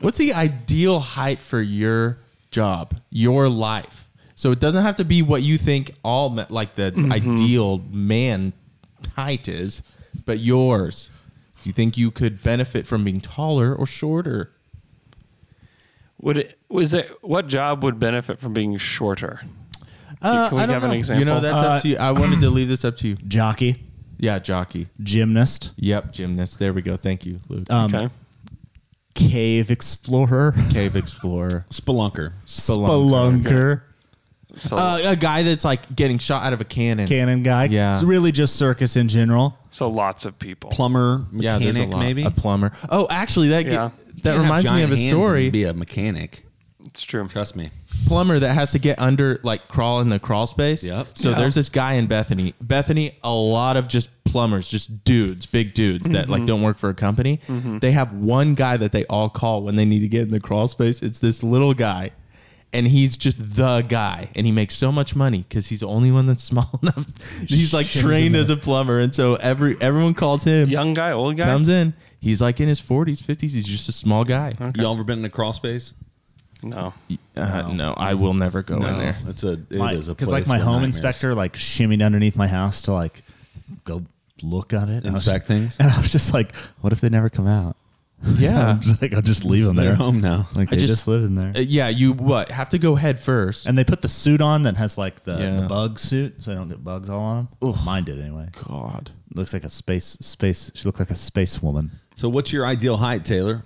Speaker 4: what's the ideal height for your job, your life? So it doesn't have to be what you think all ma- like the ideal man height is, but yours. Do you think you could benefit from being taller or shorter?
Speaker 3: would it was it what job would benefit from being shorter?
Speaker 4: Uh,
Speaker 3: can we
Speaker 4: I don't
Speaker 3: have an
Speaker 4: know. Uh,
Speaker 3: example?
Speaker 4: You know, that's up to you. I wanted to leave this up to you.
Speaker 6: Jockey,
Speaker 4: Yeah, jockey.
Speaker 6: gymnast,
Speaker 4: Yep, gymnast. There we go. Thank you, Luke.
Speaker 3: Okay,
Speaker 6: cave explorer,
Speaker 4: Cave explorer.
Speaker 5: Spelunker.
Speaker 4: Spelunker.
Speaker 6: spelunker,
Speaker 3: so
Speaker 4: Uh, a guy that's like getting shot out of a cannon.
Speaker 6: cannon guy.
Speaker 4: Yeah.
Speaker 6: It's really just circus in general.
Speaker 3: so lots of people.
Speaker 5: plumber,
Speaker 4: Yeah,
Speaker 5: mechanic,
Speaker 4: there's a lot.
Speaker 5: maybe.
Speaker 4: a plumber. Oh, actually, that
Speaker 3: Yeah.
Speaker 4: get, that reminds me of a story.
Speaker 5: Be a mechanic.
Speaker 3: It's true.
Speaker 5: Trust me.
Speaker 4: Plumber that has to get under like crawl in the crawl space.
Speaker 5: Yep.
Speaker 4: So
Speaker 5: Yeah.
Speaker 4: there's this guy in Bethany. Bethany, a lot of just plumbers, just dudes, big dudes that like don't work for a company. They have one guy that they all call when they need to get in the crawl space. It's this little guy. And he's just the guy, and he makes so much money because he's the only one that's small enough. He's like trained as a plumber, and so every everyone calls him
Speaker 3: Young guy, old guy.
Speaker 4: comes in. He's like in his 40s, 50s. He's just a small guy.
Speaker 5: Y'all ever been in a crawl space?
Speaker 3: no,
Speaker 4: Uh, no, I will never go in there.
Speaker 5: It's a. It is a.
Speaker 6: Because like
Speaker 5: place
Speaker 6: my
Speaker 5: with
Speaker 6: home
Speaker 5: nightmares.
Speaker 6: inspector like shimmied underneath my house to like go look at it. and I was just-
Speaker 5: Inspect things?
Speaker 6: And I was just like, what if they never come out?
Speaker 4: Yeah.
Speaker 6: like I'll just leave them
Speaker 5: They're
Speaker 6: there.
Speaker 5: home now.
Speaker 6: Like they
Speaker 4: I
Speaker 6: just,
Speaker 4: just-
Speaker 6: live in there.
Speaker 4: Uh, yeah, you what? Have to go head first.
Speaker 6: and they put the suit on that has like the,
Speaker 4: Yeah.
Speaker 6: the bug suit, so they don't get bugs all on them. Mine did anyway.
Speaker 4: God.
Speaker 6: Looks like a space space. She looked like a space woman.
Speaker 5: So what's your ideal height, Taylor?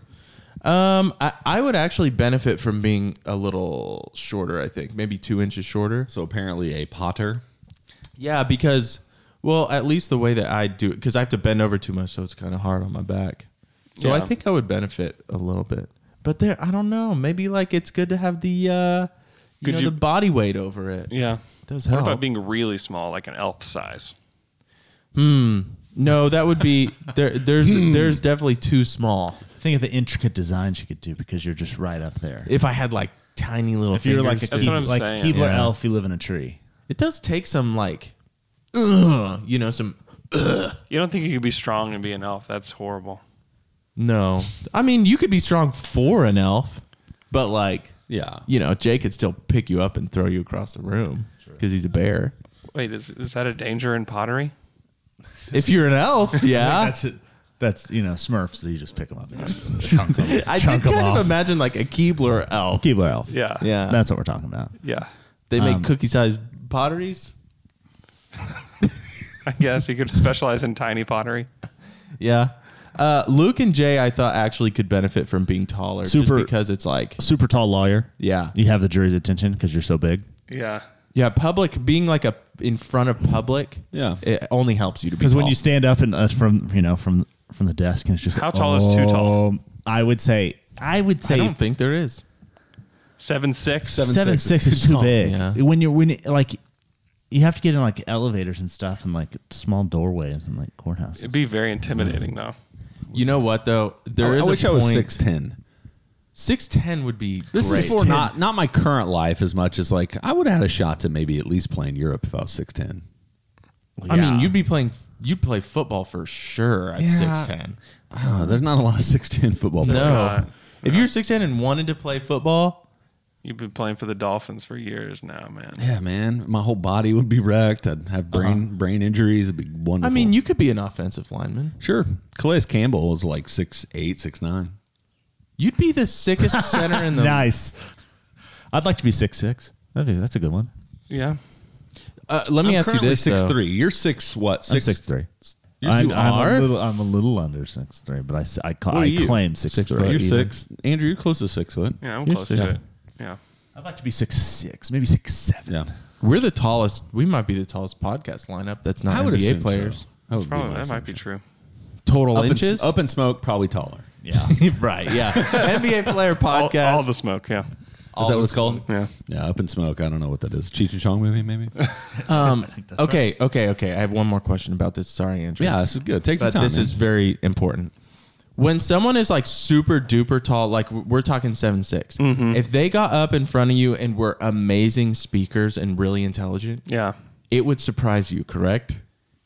Speaker 4: Um, I, I would actually benefit from being a little shorter, I think. Maybe two inches shorter.
Speaker 5: So apparently a potter.
Speaker 4: Yeah, because, well, at least the way that I do it, because I have to bend over too much, so it's kind of hard on my back. So I
Speaker 3: Yeah.
Speaker 4: think I would benefit a little bit. But there, I don't know. Maybe like it's good to have the, uh, you
Speaker 3: Could
Speaker 4: know,
Speaker 3: you-
Speaker 4: the body weight over it.
Speaker 3: yeah.
Speaker 4: does
Speaker 3: What
Speaker 4: help.
Speaker 3: about being really small, like an elf size?
Speaker 4: No, that would be there. There's there's definitely too small.
Speaker 6: Think of the intricate designs you could do because you're just right up there.
Speaker 4: If I had like tiny little,
Speaker 6: If you're like a
Speaker 4: fingers.
Speaker 3: That's
Speaker 6: Keeb-
Speaker 3: what I'm
Speaker 6: like
Speaker 3: saying.
Speaker 6: Keebler
Speaker 4: Yeah.
Speaker 6: elf, you live in a tree.
Speaker 4: it does take some like, ugh, you know, some
Speaker 3: You don't think you could be strong and be an elf? That's horrible.
Speaker 4: no. I mean, you could be strong for an elf, but like,
Speaker 5: Yeah.
Speaker 4: you know, Jay could still pick you up and throw you across the room because he's a bear.
Speaker 3: Wait, is is that a danger in pottery?
Speaker 4: If you're an elf, yeah.
Speaker 6: That's it. That's you know Smurfs. So you just pick them up and just chunk them.
Speaker 4: I did
Speaker 6: chunk 'em
Speaker 4: kind of
Speaker 6: off.
Speaker 4: imagine like a Keebler elf.
Speaker 6: Keebler elf.
Speaker 3: Yeah.
Speaker 4: Yeah,
Speaker 6: that's what we're talking about.
Speaker 3: Yeah.
Speaker 4: they make cookie-sized potteries.
Speaker 3: I guess you could specialize in tiny pottery.
Speaker 4: Yeah. Uh, Luke and Jay, I thought actually could benefit from being taller,
Speaker 6: Super-
Speaker 4: just because it's like
Speaker 6: Super tall lawyer.
Speaker 4: Yeah.
Speaker 6: you have the jury's attention because you're so big.
Speaker 3: Yeah.
Speaker 4: Yeah, public being like a in front of public.
Speaker 5: Yeah.
Speaker 4: it only helps you to be
Speaker 6: Because when
Speaker 4: tall.
Speaker 6: you stand up and uh, from you know from from the desk and it's just
Speaker 3: How tall is too tall?
Speaker 6: um, I would say I would
Speaker 4: I
Speaker 6: say
Speaker 4: don't think there is.
Speaker 3: Seven six.
Speaker 5: Seven-
Speaker 6: seven
Speaker 5: six
Speaker 6: six
Speaker 5: is
Speaker 6: is too big.
Speaker 4: yeah.
Speaker 6: When you're when it, like you have to get in like elevators and stuff and like small doorways and like courthouses.
Speaker 3: It'd be very intimidating though.
Speaker 4: You know what though? There
Speaker 5: I,
Speaker 4: is.
Speaker 5: I
Speaker 4: a
Speaker 5: wish I was
Speaker 4: point-
Speaker 5: six ten.
Speaker 4: Six ten would be.
Speaker 5: This
Speaker 4: great.
Speaker 5: is for not not my current life as much as like I would have had a shot to maybe at least play in Europe if I was six ten.
Speaker 4: I
Speaker 5: Yeah.
Speaker 4: mean, you'd be playing. You'd play football for sure at
Speaker 5: Yeah.
Speaker 4: six ten.
Speaker 5: Uh, there's not a lot of six ten football
Speaker 4: No,
Speaker 5: players.
Speaker 4: if you're six ten and wanted to play football,
Speaker 3: You've been playing for the Dolphins for years now, man.
Speaker 5: Yeah, man, my whole body would be wrecked. I'd have brain brain injuries. It'd be wonderful.
Speaker 4: Uh-huh. I mean, you could be an offensive lineman.
Speaker 5: sure. Calais Campbell was like six eight, six nine.
Speaker 4: You'd be the sickest center in the.
Speaker 6: Nice. I'd like to be six six. That'd be, that's a good one.
Speaker 3: Yeah.
Speaker 4: Uh, let me
Speaker 5: I'm
Speaker 4: ask you
Speaker 5: currently
Speaker 4: this:
Speaker 5: six
Speaker 4: though.
Speaker 5: three. You're six what?
Speaker 6: I'm six three.
Speaker 5: You're
Speaker 6: I'm,
Speaker 5: six-
Speaker 6: I'm
Speaker 5: are?
Speaker 6: a little, I'm a little under six three, but I s- I, cla-
Speaker 5: What are
Speaker 6: I
Speaker 5: you?
Speaker 6: claim six,
Speaker 5: Six
Speaker 6: three.
Speaker 5: foot. You're
Speaker 6: even.
Speaker 5: six. Andrew, you're close to six foot.
Speaker 3: Yeah, I'm
Speaker 6: You're
Speaker 3: close to
Speaker 6: sick.
Speaker 3: it. Yeah.
Speaker 6: I'd like to be six six, maybe six seven.
Speaker 5: Yeah.
Speaker 4: We're the tallest. We might be the tallest podcast lineup that's not NBA
Speaker 5: assume so.
Speaker 4: players.
Speaker 5: That would be
Speaker 3: Probably
Speaker 5: my
Speaker 3: that might
Speaker 5: assumption.
Speaker 3: be true.
Speaker 4: Total
Speaker 5: Up in-
Speaker 4: inches.
Speaker 5: up in smoke, probably taller.
Speaker 6: Yeah, right. Yeah,
Speaker 4: NBA player
Speaker 3: All,
Speaker 4: podcast.
Speaker 3: all the smoke, yeah.
Speaker 5: Is that what it's called?
Speaker 3: Yeah.
Speaker 5: Yeah, up in smoke. I don't know what that is. Cheech and Chong movie, maybe.
Speaker 4: okay, okay, okay. I have one more question about this. Sorry, Andrew.
Speaker 5: yeah, this is good. Take your
Speaker 4: but
Speaker 5: time.
Speaker 4: this
Speaker 5: man.
Speaker 4: is very important. When someone is like super duper tall, like w- we're talking seven six,
Speaker 5: Mm-hmm.
Speaker 4: if they got up in front of you and were amazing speakers and really intelligent,
Speaker 3: Yeah.
Speaker 4: it would surprise you. Correct?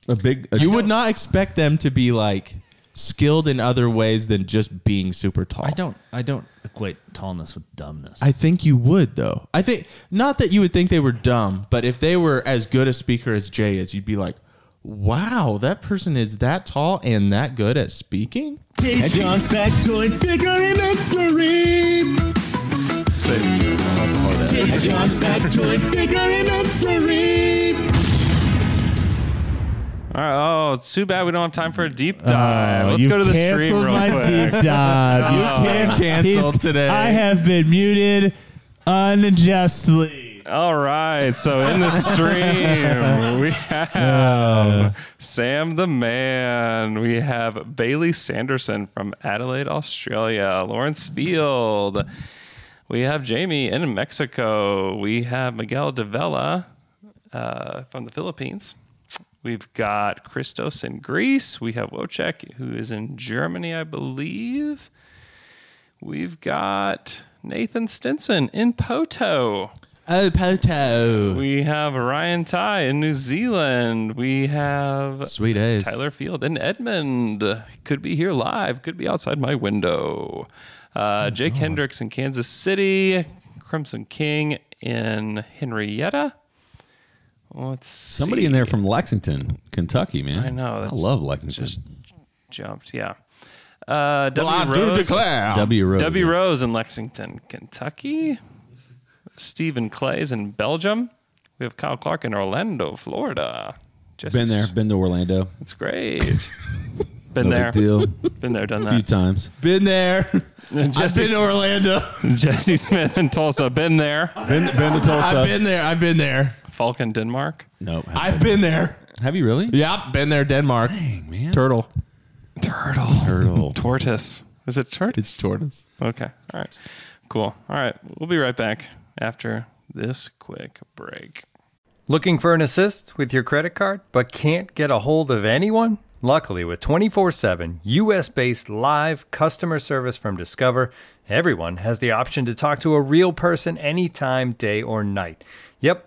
Speaker 5: a big. a-
Speaker 4: you would not expect them to be like skilled in other ways than just being super tall.
Speaker 6: I don't I don't equate tallness with dumbness.
Speaker 4: I think you would though. I think not that you would think they were dumb, but if they were as good a speaker as Jay is, you'd be like, "Wow, that person is that tall and that good at speaking."
Speaker 1: At John's back joint figure in victory.
Speaker 3: Say,
Speaker 1: At John's back joint figure in victory.
Speaker 3: all right. Oh, it's too bad we don't have time for a deep dive. Let's
Speaker 6: You've
Speaker 3: go to the stream
Speaker 6: canceled
Speaker 3: real
Speaker 6: my
Speaker 3: quick.
Speaker 6: deep dive. you can't
Speaker 4: cancel today.
Speaker 6: I have been muted unjustly.
Speaker 3: All right. So in the stream, we have Sam the Man. We have Bailey Sanderson from Adelaide, Australia. Lawrence Field. We have Jamie in Mexico. We have Miguel de Vela uh, from the Philippines. We've got Christos in Greece. We have Wojcik, who is in Germany, I believe. We've got Nathan Stinson in Poto.
Speaker 4: Oh, Poto.
Speaker 3: We have Ryan Ty in New Zealand. We have
Speaker 4: Sweet A's.
Speaker 3: Tyler Field in Edmond. Could be here live. Could be outside my window.
Speaker 4: Oh
Speaker 3: Uh, Jake Hendricks in Kansas City. Crimson King in Henrietta. Let's
Speaker 5: somebody
Speaker 3: see.
Speaker 5: in there from Lexington, Kentucky, man.
Speaker 3: I know,
Speaker 5: I
Speaker 3: that's
Speaker 5: love Lexington.
Speaker 3: jumped. Yeah. Uh, w
Speaker 4: I do
Speaker 3: Rose,
Speaker 4: declare.
Speaker 5: w Rose.
Speaker 3: W Rose in Lexington, Kentucky. Stephen Clays in Belgium. We have Kyle Clark in Orlando, Florida. Just
Speaker 5: Been there. Been to Orlando.
Speaker 3: It's great. Been
Speaker 5: No
Speaker 3: there.
Speaker 5: big deal.
Speaker 3: Been there, done
Speaker 5: A few
Speaker 3: that.
Speaker 5: times.
Speaker 4: Been there. I've
Speaker 3: Jesse,
Speaker 4: been to Orlando.
Speaker 3: Jesse Smith in Tulsa. Been there.
Speaker 5: Been, been to Tulsa.
Speaker 4: I've been there. I've been there.
Speaker 3: Falcon, Denmark.
Speaker 5: no. Have,
Speaker 4: I've been there.
Speaker 5: have you really?
Speaker 4: Yep, been there. Denmark.
Speaker 5: Dang, man.
Speaker 4: Turtle.
Speaker 3: Turtle.
Speaker 5: Turtle.
Speaker 3: Tortoise. Is it turtle?
Speaker 4: It's tortoise.
Speaker 3: Okay. All right. Cool. All right. We'll be right back after this quick break.
Speaker 7: Looking for an assist with your credit card but can't get a hold of anyone? Luckily, with 24 7 US based live customer service from Discover, everyone has the option to talk to a real person anytime, day or night. Yep,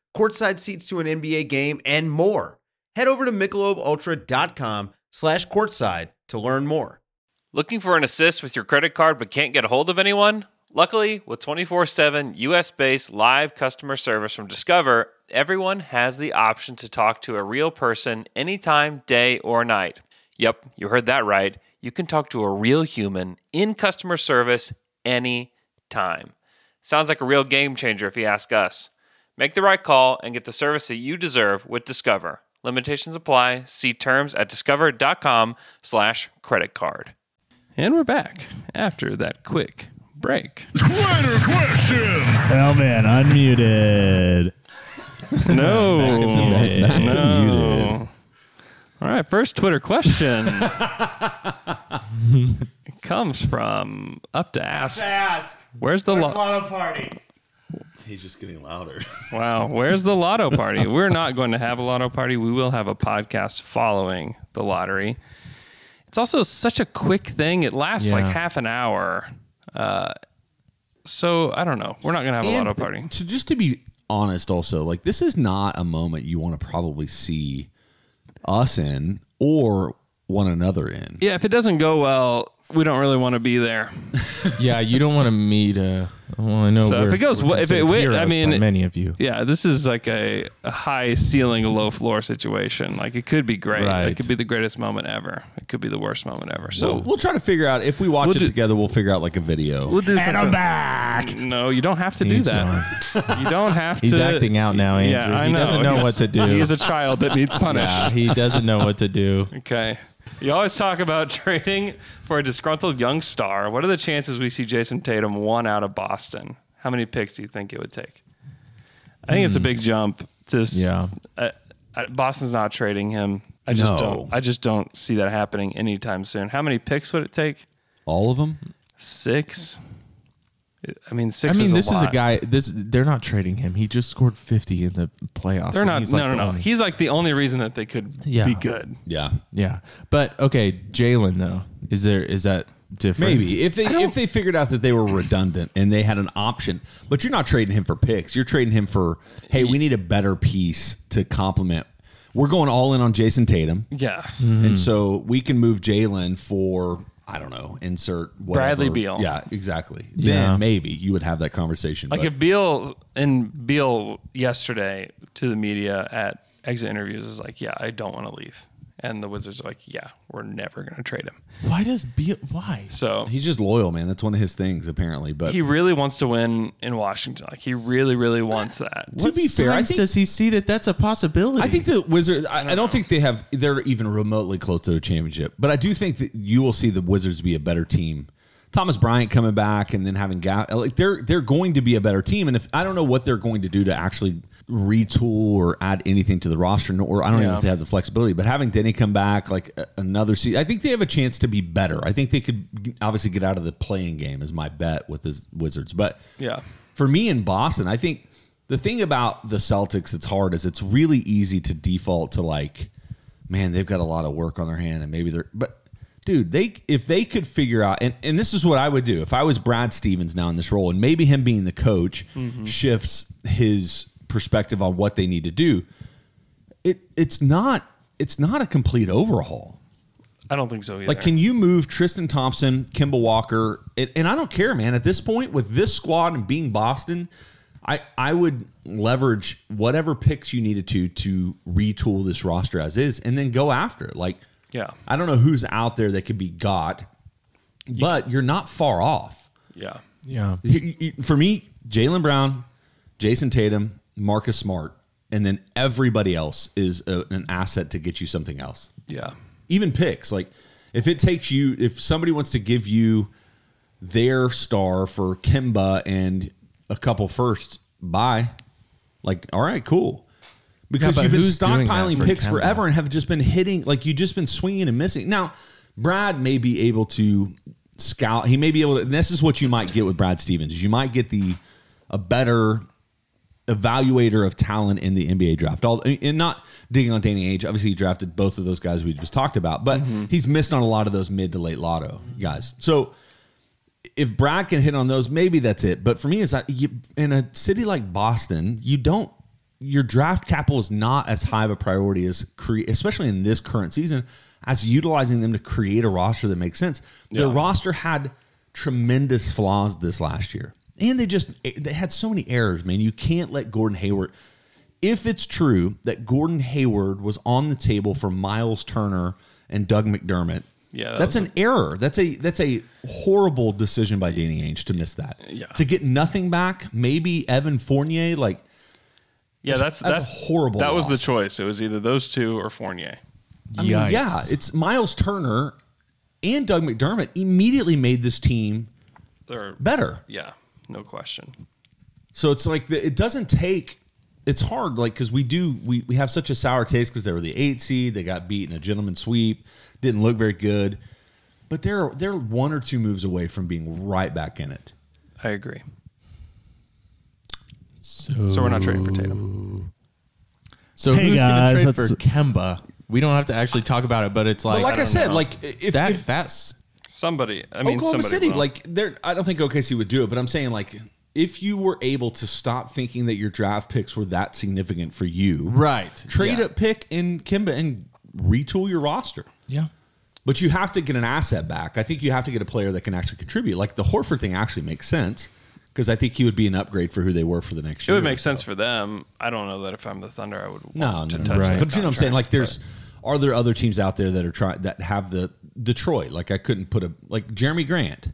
Speaker 8: courtside seats to an NBA game, and more. Head over to michelobultra.com slash courtside to learn more.
Speaker 3: Looking for an assist with your credit card but can't get a hold of anyone? Luckily, with 24 7 US based live customer service from Discover, everyone has the option to talk to a real person anytime, day or night. Yep, you heard that right. You can talk to a real human in customer service any time. Sounds like a real game changer if you ask us. Make the right call and get the service that you deserve with Discover. Limitations apply. See terms at discover.com slash credit card. And we're back after that quick break.
Speaker 2: Spider questions.
Speaker 6: Oh man, unmuted.
Speaker 3: No.
Speaker 5: Back to muted.
Speaker 3: right, first Twitter question comes from Up to Ask.
Speaker 1: Ask.
Speaker 3: Where's the lo-
Speaker 1: lotto party?
Speaker 5: He's just getting louder.
Speaker 3: Wow, where's the lotto party? We're not going to have a lotto party. We will have a podcast following the lottery. It's also such a quick thing. It lasts like
Speaker 1: Yeah.
Speaker 3: half an hour. Uh, so I don't know. We're not going to have a
Speaker 5: And
Speaker 3: lotto party.
Speaker 5: To, just to be honest, also, like this is not a moment you want to probably see us in or one another in.
Speaker 3: Yeah, if it doesn't go well, we don't really want to be there.
Speaker 4: yeah, you don't want to meet. Uh, well, I know.
Speaker 3: So if
Speaker 4: we're-
Speaker 3: it goes
Speaker 4: we're
Speaker 3: well, if it
Speaker 4: considered
Speaker 3: win, I
Speaker 4: heroes by
Speaker 3: mean,
Speaker 4: many of you.
Speaker 3: Yeah, this is like a, a high ceiling, low floor situation. Like it could be great. It
Speaker 4: Right.
Speaker 3: could be the greatest moment ever. It could be the worst moment ever. So
Speaker 5: we'll, we'll try to figure out if we
Speaker 3: Oh.
Speaker 5: watch
Speaker 3: We'll
Speaker 5: it
Speaker 3: do-
Speaker 5: together. We'll figure out like a video.
Speaker 3: do
Speaker 6: And I'm back.
Speaker 3: No, you don't have to do
Speaker 4: He's
Speaker 3: that. you don't have
Speaker 4: He's
Speaker 3: to.
Speaker 4: acting out now, Andrew.
Speaker 3: Yeah, I
Speaker 4: he
Speaker 3: know.
Speaker 4: doesn't know
Speaker 3: He's-
Speaker 4: what to do.
Speaker 3: He is a child that needs punished.
Speaker 4: yeah, he doesn't know what to do.
Speaker 3: Okay. You always talk about trading for a disgruntled young star. What are the chances we see Jason Tatum one out of Boston? How many picks do you think it would take? I think it's a big jump. To s-
Speaker 4: Hmm. Yeah.
Speaker 3: uh, uh, Boston's not trading him. I just
Speaker 5: No.
Speaker 3: don't. I just don't see that happening anytime soon. How many picks would it take?
Speaker 5: All of them?
Speaker 3: Six. I mean,
Speaker 4: I
Speaker 3: six.
Speaker 4: mean, this is a
Speaker 3: lot.
Speaker 4: guy. This they're not trading him. He just scored fifty in the playoffs.
Speaker 3: They're
Speaker 4: and
Speaker 3: not.
Speaker 4: he's
Speaker 3: no,
Speaker 4: like
Speaker 3: no,
Speaker 4: the
Speaker 3: no.
Speaker 4: only-
Speaker 3: He's like the only reason that they could
Speaker 4: Yeah.
Speaker 3: be good.
Speaker 5: Yeah.
Speaker 4: yeah, but okay, Jalen though. Is there is that different?
Speaker 5: Maybe if they if they figured out that they were redundant and they had an option, but you're not trading him for picks. You're trading him for hey, we need a better piece to complement. We're going all in on Jason Tatum,
Speaker 3: Yeah.
Speaker 4: Hmm.
Speaker 5: and so we can move Jalen for I don't know, insert whatever.
Speaker 3: Bradley Beal.
Speaker 5: Yeah, exactly.
Speaker 4: Yeah.
Speaker 5: Then maybe you would have that conversation.
Speaker 3: Like
Speaker 5: but-
Speaker 3: if Beal and Beal yesterday to the media at exit interviews was like, "Yeah, I don't want to leave," and the Wizards are like, "Yeah, we're never going to trade him."
Speaker 4: Why does Beal? Why?
Speaker 3: So
Speaker 5: he's just loyal, man. That's one of his things, apparently. But
Speaker 3: he really wants to win in Washington. Like he really, really wants that.
Speaker 5: to be fair, I
Speaker 4: Signs
Speaker 5: think
Speaker 4: does he see that that's a possibility?
Speaker 5: I think the Wizards. I, I don't, think they have. They're even remotely close to a championship. But I do think that you will see the Wizards be a better team. Thomas Bryant coming back and then having gap like they're they're going to be a better team. And if I don't know what they're going to do to actually retool or add anything to the roster, or I don't even know if they have the flexibility. But having Denny come back like a- another season, I think they have a chance to be better. I think they could g- obviously get out of the playing game is my bet with the Wizards. But
Speaker 3: Yeah.
Speaker 5: for me in Boston, I think the thing about the Celtics that's hard is it's really easy to default to like, man, they've got a lot of work on their hand and maybe they're but dude, they if they could figure out and, and this is what I would do if I was Brad Stevens now in this role and maybe him being the coach shifts his perspective on what they need to do. It it's not it's not a complete overhaul.
Speaker 3: I don't think so either.
Speaker 5: Like, can you move Tristan Thompson, Kimball Walker? And, and I don't care, man. At this point, with this squad and being Boston, I, I would leverage whatever picks you needed to to retool this roster as is and then go after it. Like,
Speaker 3: Yeah.
Speaker 5: I don't know who's out there that could be got, but you're not far off.
Speaker 3: yeah.
Speaker 4: Yeah.
Speaker 5: You- you- For me, Jalen Brown, Jason Tatum, Marcus Smart, and then everybody else is a, an asset to get you something else
Speaker 3: Yeah.
Speaker 5: even picks. Like if it takes you, if somebody wants to give you their star for Kimba and a couple firsts, bye. Like, all right, cool. Because
Speaker 4: Yeah, but
Speaker 5: you've been
Speaker 4: who's doing that
Speaker 5: stockpiling
Speaker 4: for
Speaker 5: picks
Speaker 4: Kemba?
Speaker 5: forever and have just been hitting, like you just been swinging and missing. Now, Brad may be able to scout. He may be able to. And this is what you might get with Brad Stevens. is You might get the a better evaluator of talent in the NBA draft. All and not digging on Danny Age. Obviously, he drafted both of those guys we just talked about, but he's missed on a lot of those mid to late lotto guys. So if Brad can hit on those, maybe that's it. But for me, it's not, you, in a city like Boston, you don't. Your draft capital is not as high of a priority as create, especially in this current season, as utilizing them to create a roster that makes sense. Their roster had tremendous flaws this last year, and they just they had so many errors. Man, you can't let Gordon Hayward. If it's true that Gordon Hayward was on the table for Miles Turner and Doug McDermott,
Speaker 3: Yeah, that
Speaker 5: that's
Speaker 3: was
Speaker 5: an error. That's a that's a horrible decision by Danny Ainge to miss that.
Speaker 3: Yeah.
Speaker 5: To get nothing back, maybe Evan Fournier. Like
Speaker 3: Yeah. That's
Speaker 5: that's a
Speaker 3: that's,
Speaker 5: horrible
Speaker 3: That was the
Speaker 5: loss.
Speaker 3: choice. It was either those two or Fournier.
Speaker 5: I mean,
Speaker 4: Yikes.
Speaker 5: yeah, it's Miles Turner and Doug McDermott immediately made this team
Speaker 3: They're
Speaker 5: better.
Speaker 3: yeah, no question.
Speaker 5: So it's like the, it doesn't take it's hard, like because we do we we have such a sour taste because they were the eight seed, they got beat in a gentleman sweep, didn't look very good, but they're they're one or two moves away from being right back in it.
Speaker 3: I agree.
Speaker 5: So,
Speaker 3: So we're not trading for Tatum.
Speaker 4: So
Speaker 5: Hey,
Speaker 4: who's
Speaker 5: guys,
Speaker 4: going to trade
Speaker 5: let's-
Speaker 4: for Kemba? We don't have to actually talk about it, but it's
Speaker 5: Well,
Speaker 4: like
Speaker 5: like I
Speaker 4: don't
Speaker 5: said,
Speaker 4: know.
Speaker 5: like, if-
Speaker 4: that
Speaker 5: if-
Speaker 4: that's
Speaker 3: Somebody, I mean,
Speaker 5: Oklahoma
Speaker 3: somebody
Speaker 5: City,
Speaker 3: will.
Speaker 5: like they're I don't think OKC would do it, but I'm saying like if you were able to stop thinking that your draft picks were that significant for you,
Speaker 4: right.
Speaker 5: Trade
Speaker 4: yeah.
Speaker 5: a pick in Kimba and retool your roster.
Speaker 4: Yeah.
Speaker 5: But you have to get an asset back. I think you have to get a player that can actually contribute. Like the Horford thing actually makes sense because I think he would be an upgrade for who they were for the next
Speaker 3: it
Speaker 5: year.
Speaker 3: would make sense for them. I don't know that if I'm the Thunder, I would want
Speaker 5: No,
Speaker 3: to
Speaker 5: no, no.
Speaker 3: touch that
Speaker 5: But you know what I'm
Speaker 3: contract,
Speaker 5: saying? Like, there's are there other teams out there that are trying that have the Detroit? Like, I couldn't put a like Jeremy Grant.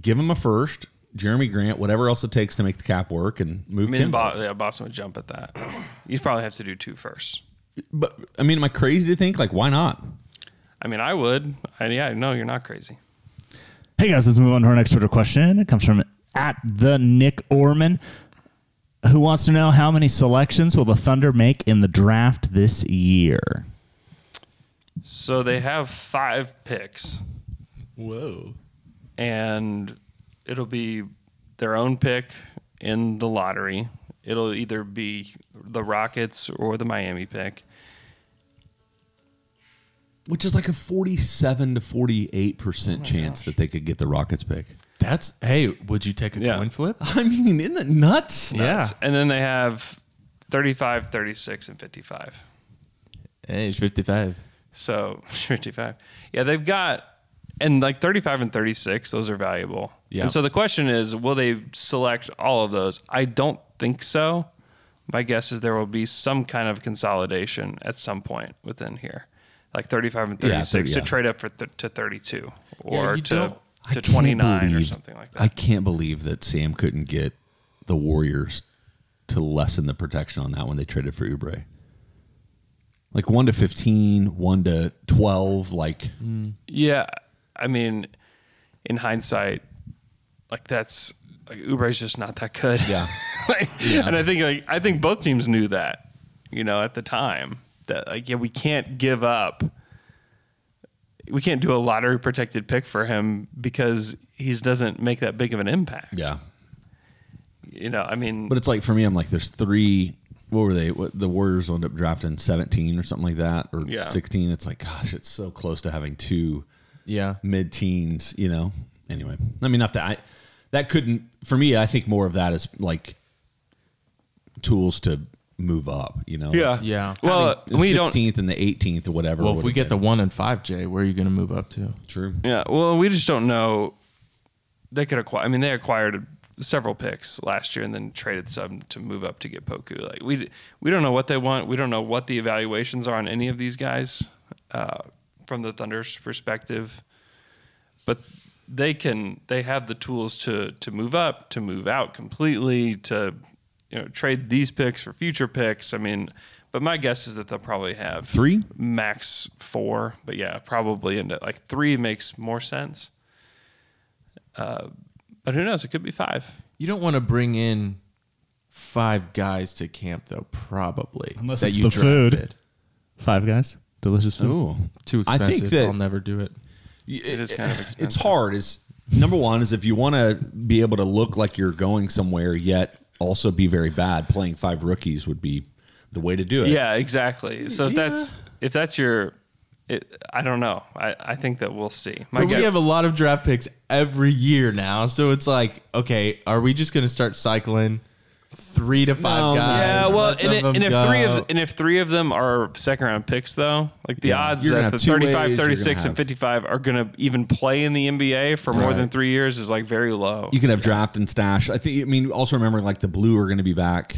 Speaker 5: Give him a first, Jeremy Grant, whatever else it takes to make the cap work and
Speaker 3: but-
Speaker 5: move.
Speaker 3: I mean,
Speaker 5: Kemba.
Speaker 3: Bo- yeah, Boston would jump at that. You'd probably have to do two first.
Speaker 5: but I mean, am I crazy to think like why not?
Speaker 3: I mean, I would. I, yeah, no, you're not crazy.
Speaker 6: Hey guys, let's move on to our next Twitter question. It comes from at the Nick Orman, who wants to know how many selections will the Thunder make in the draft this year?
Speaker 3: So they have five picks,
Speaker 4: Whoa.
Speaker 3: and it'll be their own pick in the lottery. It'll either be the Rockets or the Miami pick.
Speaker 5: Which is like a forty-seven to forty-eight
Speaker 3: Oh
Speaker 5: percent chance that they could get the Rockets pick.
Speaker 4: That's hey, would you take a
Speaker 3: Yeah.
Speaker 4: coin flip?
Speaker 5: I mean, isn't that nuts?
Speaker 4: Yeah.
Speaker 3: And then they have 35, 36, and 55.
Speaker 4: Hey, it's 55.
Speaker 3: So 55. Yeah, they've got and like 35 and 36, those are valuable.
Speaker 4: Yeah.
Speaker 3: And so the question is, will they select all of those? I don't think so. My guess is there will be some kind of consolidation at some point within here. Like 35 and
Speaker 5: Yeah,
Speaker 3: 36
Speaker 5: thirty- yeah.
Speaker 3: to trade up for th- to 32
Speaker 4: Yeah,
Speaker 3: or
Speaker 4: you
Speaker 3: to,
Speaker 4: don't-
Speaker 5: I
Speaker 3: to
Speaker 5: can't
Speaker 3: 29 or
Speaker 5: believe-
Speaker 3: something like that.
Speaker 5: I can't believe that Sam couldn't get the Warriors to lessen the protection on that when they traded for Ubre. Like one to 15, one to twelve. Like
Speaker 3: Yeah, I mean, in hindsight, like that's like Ubre's just not that good.
Speaker 5: Yeah.
Speaker 3: like, and I think like I think both teams knew that, you know, at the time that like yeah we can't give up. We can't do a lottery protected pick for him because he doesn't make that big of an impact. you know, I mean,
Speaker 5: but it's like for me, I'm like, there's three. What were they? What, the Warriors end up drafting seventeen or something like that, or
Speaker 3: Yeah.
Speaker 5: sixteen. It's like, gosh, it's so close to having two
Speaker 4: Yeah.
Speaker 5: mid-teens. You know. Anyway, I mean, not that I, that couldn't for me. I think more of that is like tools to move up. You know.
Speaker 3: yeah,
Speaker 4: Yeah.
Speaker 3: Well,
Speaker 5: the
Speaker 3: we don't.
Speaker 5: 16th and the 18th or whatever.
Speaker 4: Well, if we
Speaker 5: would've
Speaker 4: get the
Speaker 5: been.
Speaker 4: 1 and 5, Jay, where are you going to move up to?
Speaker 5: true,
Speaker 3: Yeah, well, we just don't know. They could acquire. I mean, they acquired several picks last year and then traded some to move up to get Poku. Like we we don't know what they want. We don't know what the evaluations are on any of these guys uh, from the Thunder's perspective, but they can they have the tools to to move up to move out completely to you know trade these picks for future picks. I mean. But my guess is that they'll probably have
Speaker 5: Three?
Speaker 3: max four, but yeah, probably into like three makes more sense. Uh, but who knows? It could be five.
Speaker 4: You don't want to bring in five guys to camp though, probably.
Speaker 6: Unless
Speaker 4: that
Speaker 6: it's
Speaker 4: you
Speaker 6: the food.
Speaker 4: drafted.
Speaker 6: Five guys, delicious food.
Speaker 5: Ooh,
Speaker 4: Too
Speaker 5: I
Speaker 4: expensive.
Speaker 5: think that
Speaker 4: I'll never do it.
Speaker 3: It is kind of expensive.
Speaker 5: it's hard. Is number one is if you want to be able to look like you're going somewhere, yet also be very bad. Playing five rookies would be the way to do it.
Speaker 3: Yeah, exactly. So if that's if that's your, it, I don't know. I, I think that we'll see. My
Speaker 4: But
Speaker 3: guess,
Speaker 4: we have a lot of draft picks every year now, so it's like, okay, are we just going to start cycling three to five
Speaker 5: No.
Speaker 4: guys?
Speaker 3: yeah, well, and,
Speaker 4: Let some
Speaker 3: it,
Speaker 4: of
Speaker 3: and if
Speaker 4: them
Speaker 3: three
Speaker 4: go.
Speaker 3: of and if three of them are second round picks though, like the odds
Speaker 5: You're gonna
Speaker 3: that
Speaker 5: have
Speaker 3: the
Speaker 5: two
Speaker 3: 35,
Speaker 5: ways, you're
Speaker 3: 36
Speaker 5: gonna
Speaker 3: and
Speaker 5: have-
Speaker 3: 55 are going to even play in the NBA for more than 3 years is like very low.
Speaker 5: You can have draft and stash. I think. I mean, also remember like the blue are going to be back.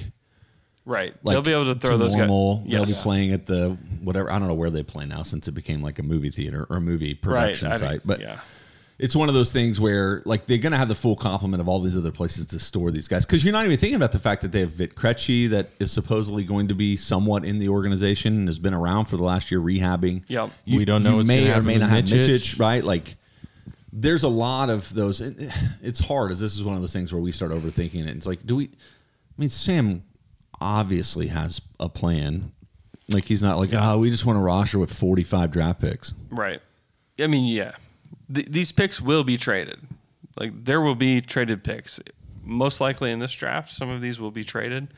Speaker 3: right.
Speaker 5: Like,
Speaker 3: They'll be able to throw those
Speaker 5: normal.
Speaker 3: guys.
Speaker 5: They'll be playing at the whatever. I don't know where they play now since it became like a movie theater or a movie production
Speaker 3: I think-
Speaker 5: site. But
Speaker 3: yeah.
Speaker 5: it's one of those things where like they're going to have the full complement of all these other places to store these guys because you're not even thinking about the fact that they have Vitkreci that is supposedly going to be somewhat in the organization and has been around for the last year rehabbing.
Speaker 3: Yep.
Speaker 5: You-
Speaker 4: We don't know
Speaker 5: you
Speaker 4: what's
Speaker 5: may
Speaker 4: gonna
Speaker 5: or
Speaker 4: happen
Speaker 5: may
Speaker 4: with
Speaker 5: not have
Speaker 4: Mitic.
Speaker 5: Mitic, right? Like there's a lot of those. it- It's hard as this is one of those things where we start overthinking it. It's like, do we? I mean, Sam obviously has a plan. Like he's not like, oh, we just want a roster with 45 draft picks.
Speaker 3: Right. I mean, yeah. Th- these picks will be traded. Like there will be traded picks. Most likely in this draft, some of these will be traded.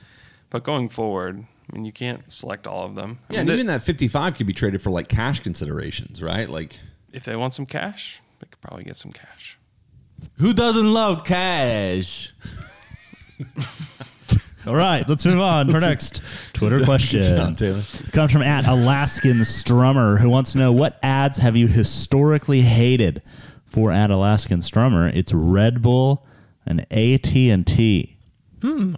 Speaker 3: But going forward, I mean, you can't select all of them. I
Speaker 5: Yeah,
Speaker 3: mean,
Speaker 5: and
Speaker 3: th-
Speaker 5: even that 55 could be traded for like cash considerations, right? Like
Speaker 3: if they want some cash, they could probably get some cash.
Speaker 4: Who doesn't love cash?
Speaker 6: All right, let's move on for next Twitter question.
Speaker 5: Good job, Taylor.
Speaker 6: Comes from at Alaskan Strummer, who wants to know what ads have you historically hated? For at Alaskan Strummer, it's Red Bull and AT and T.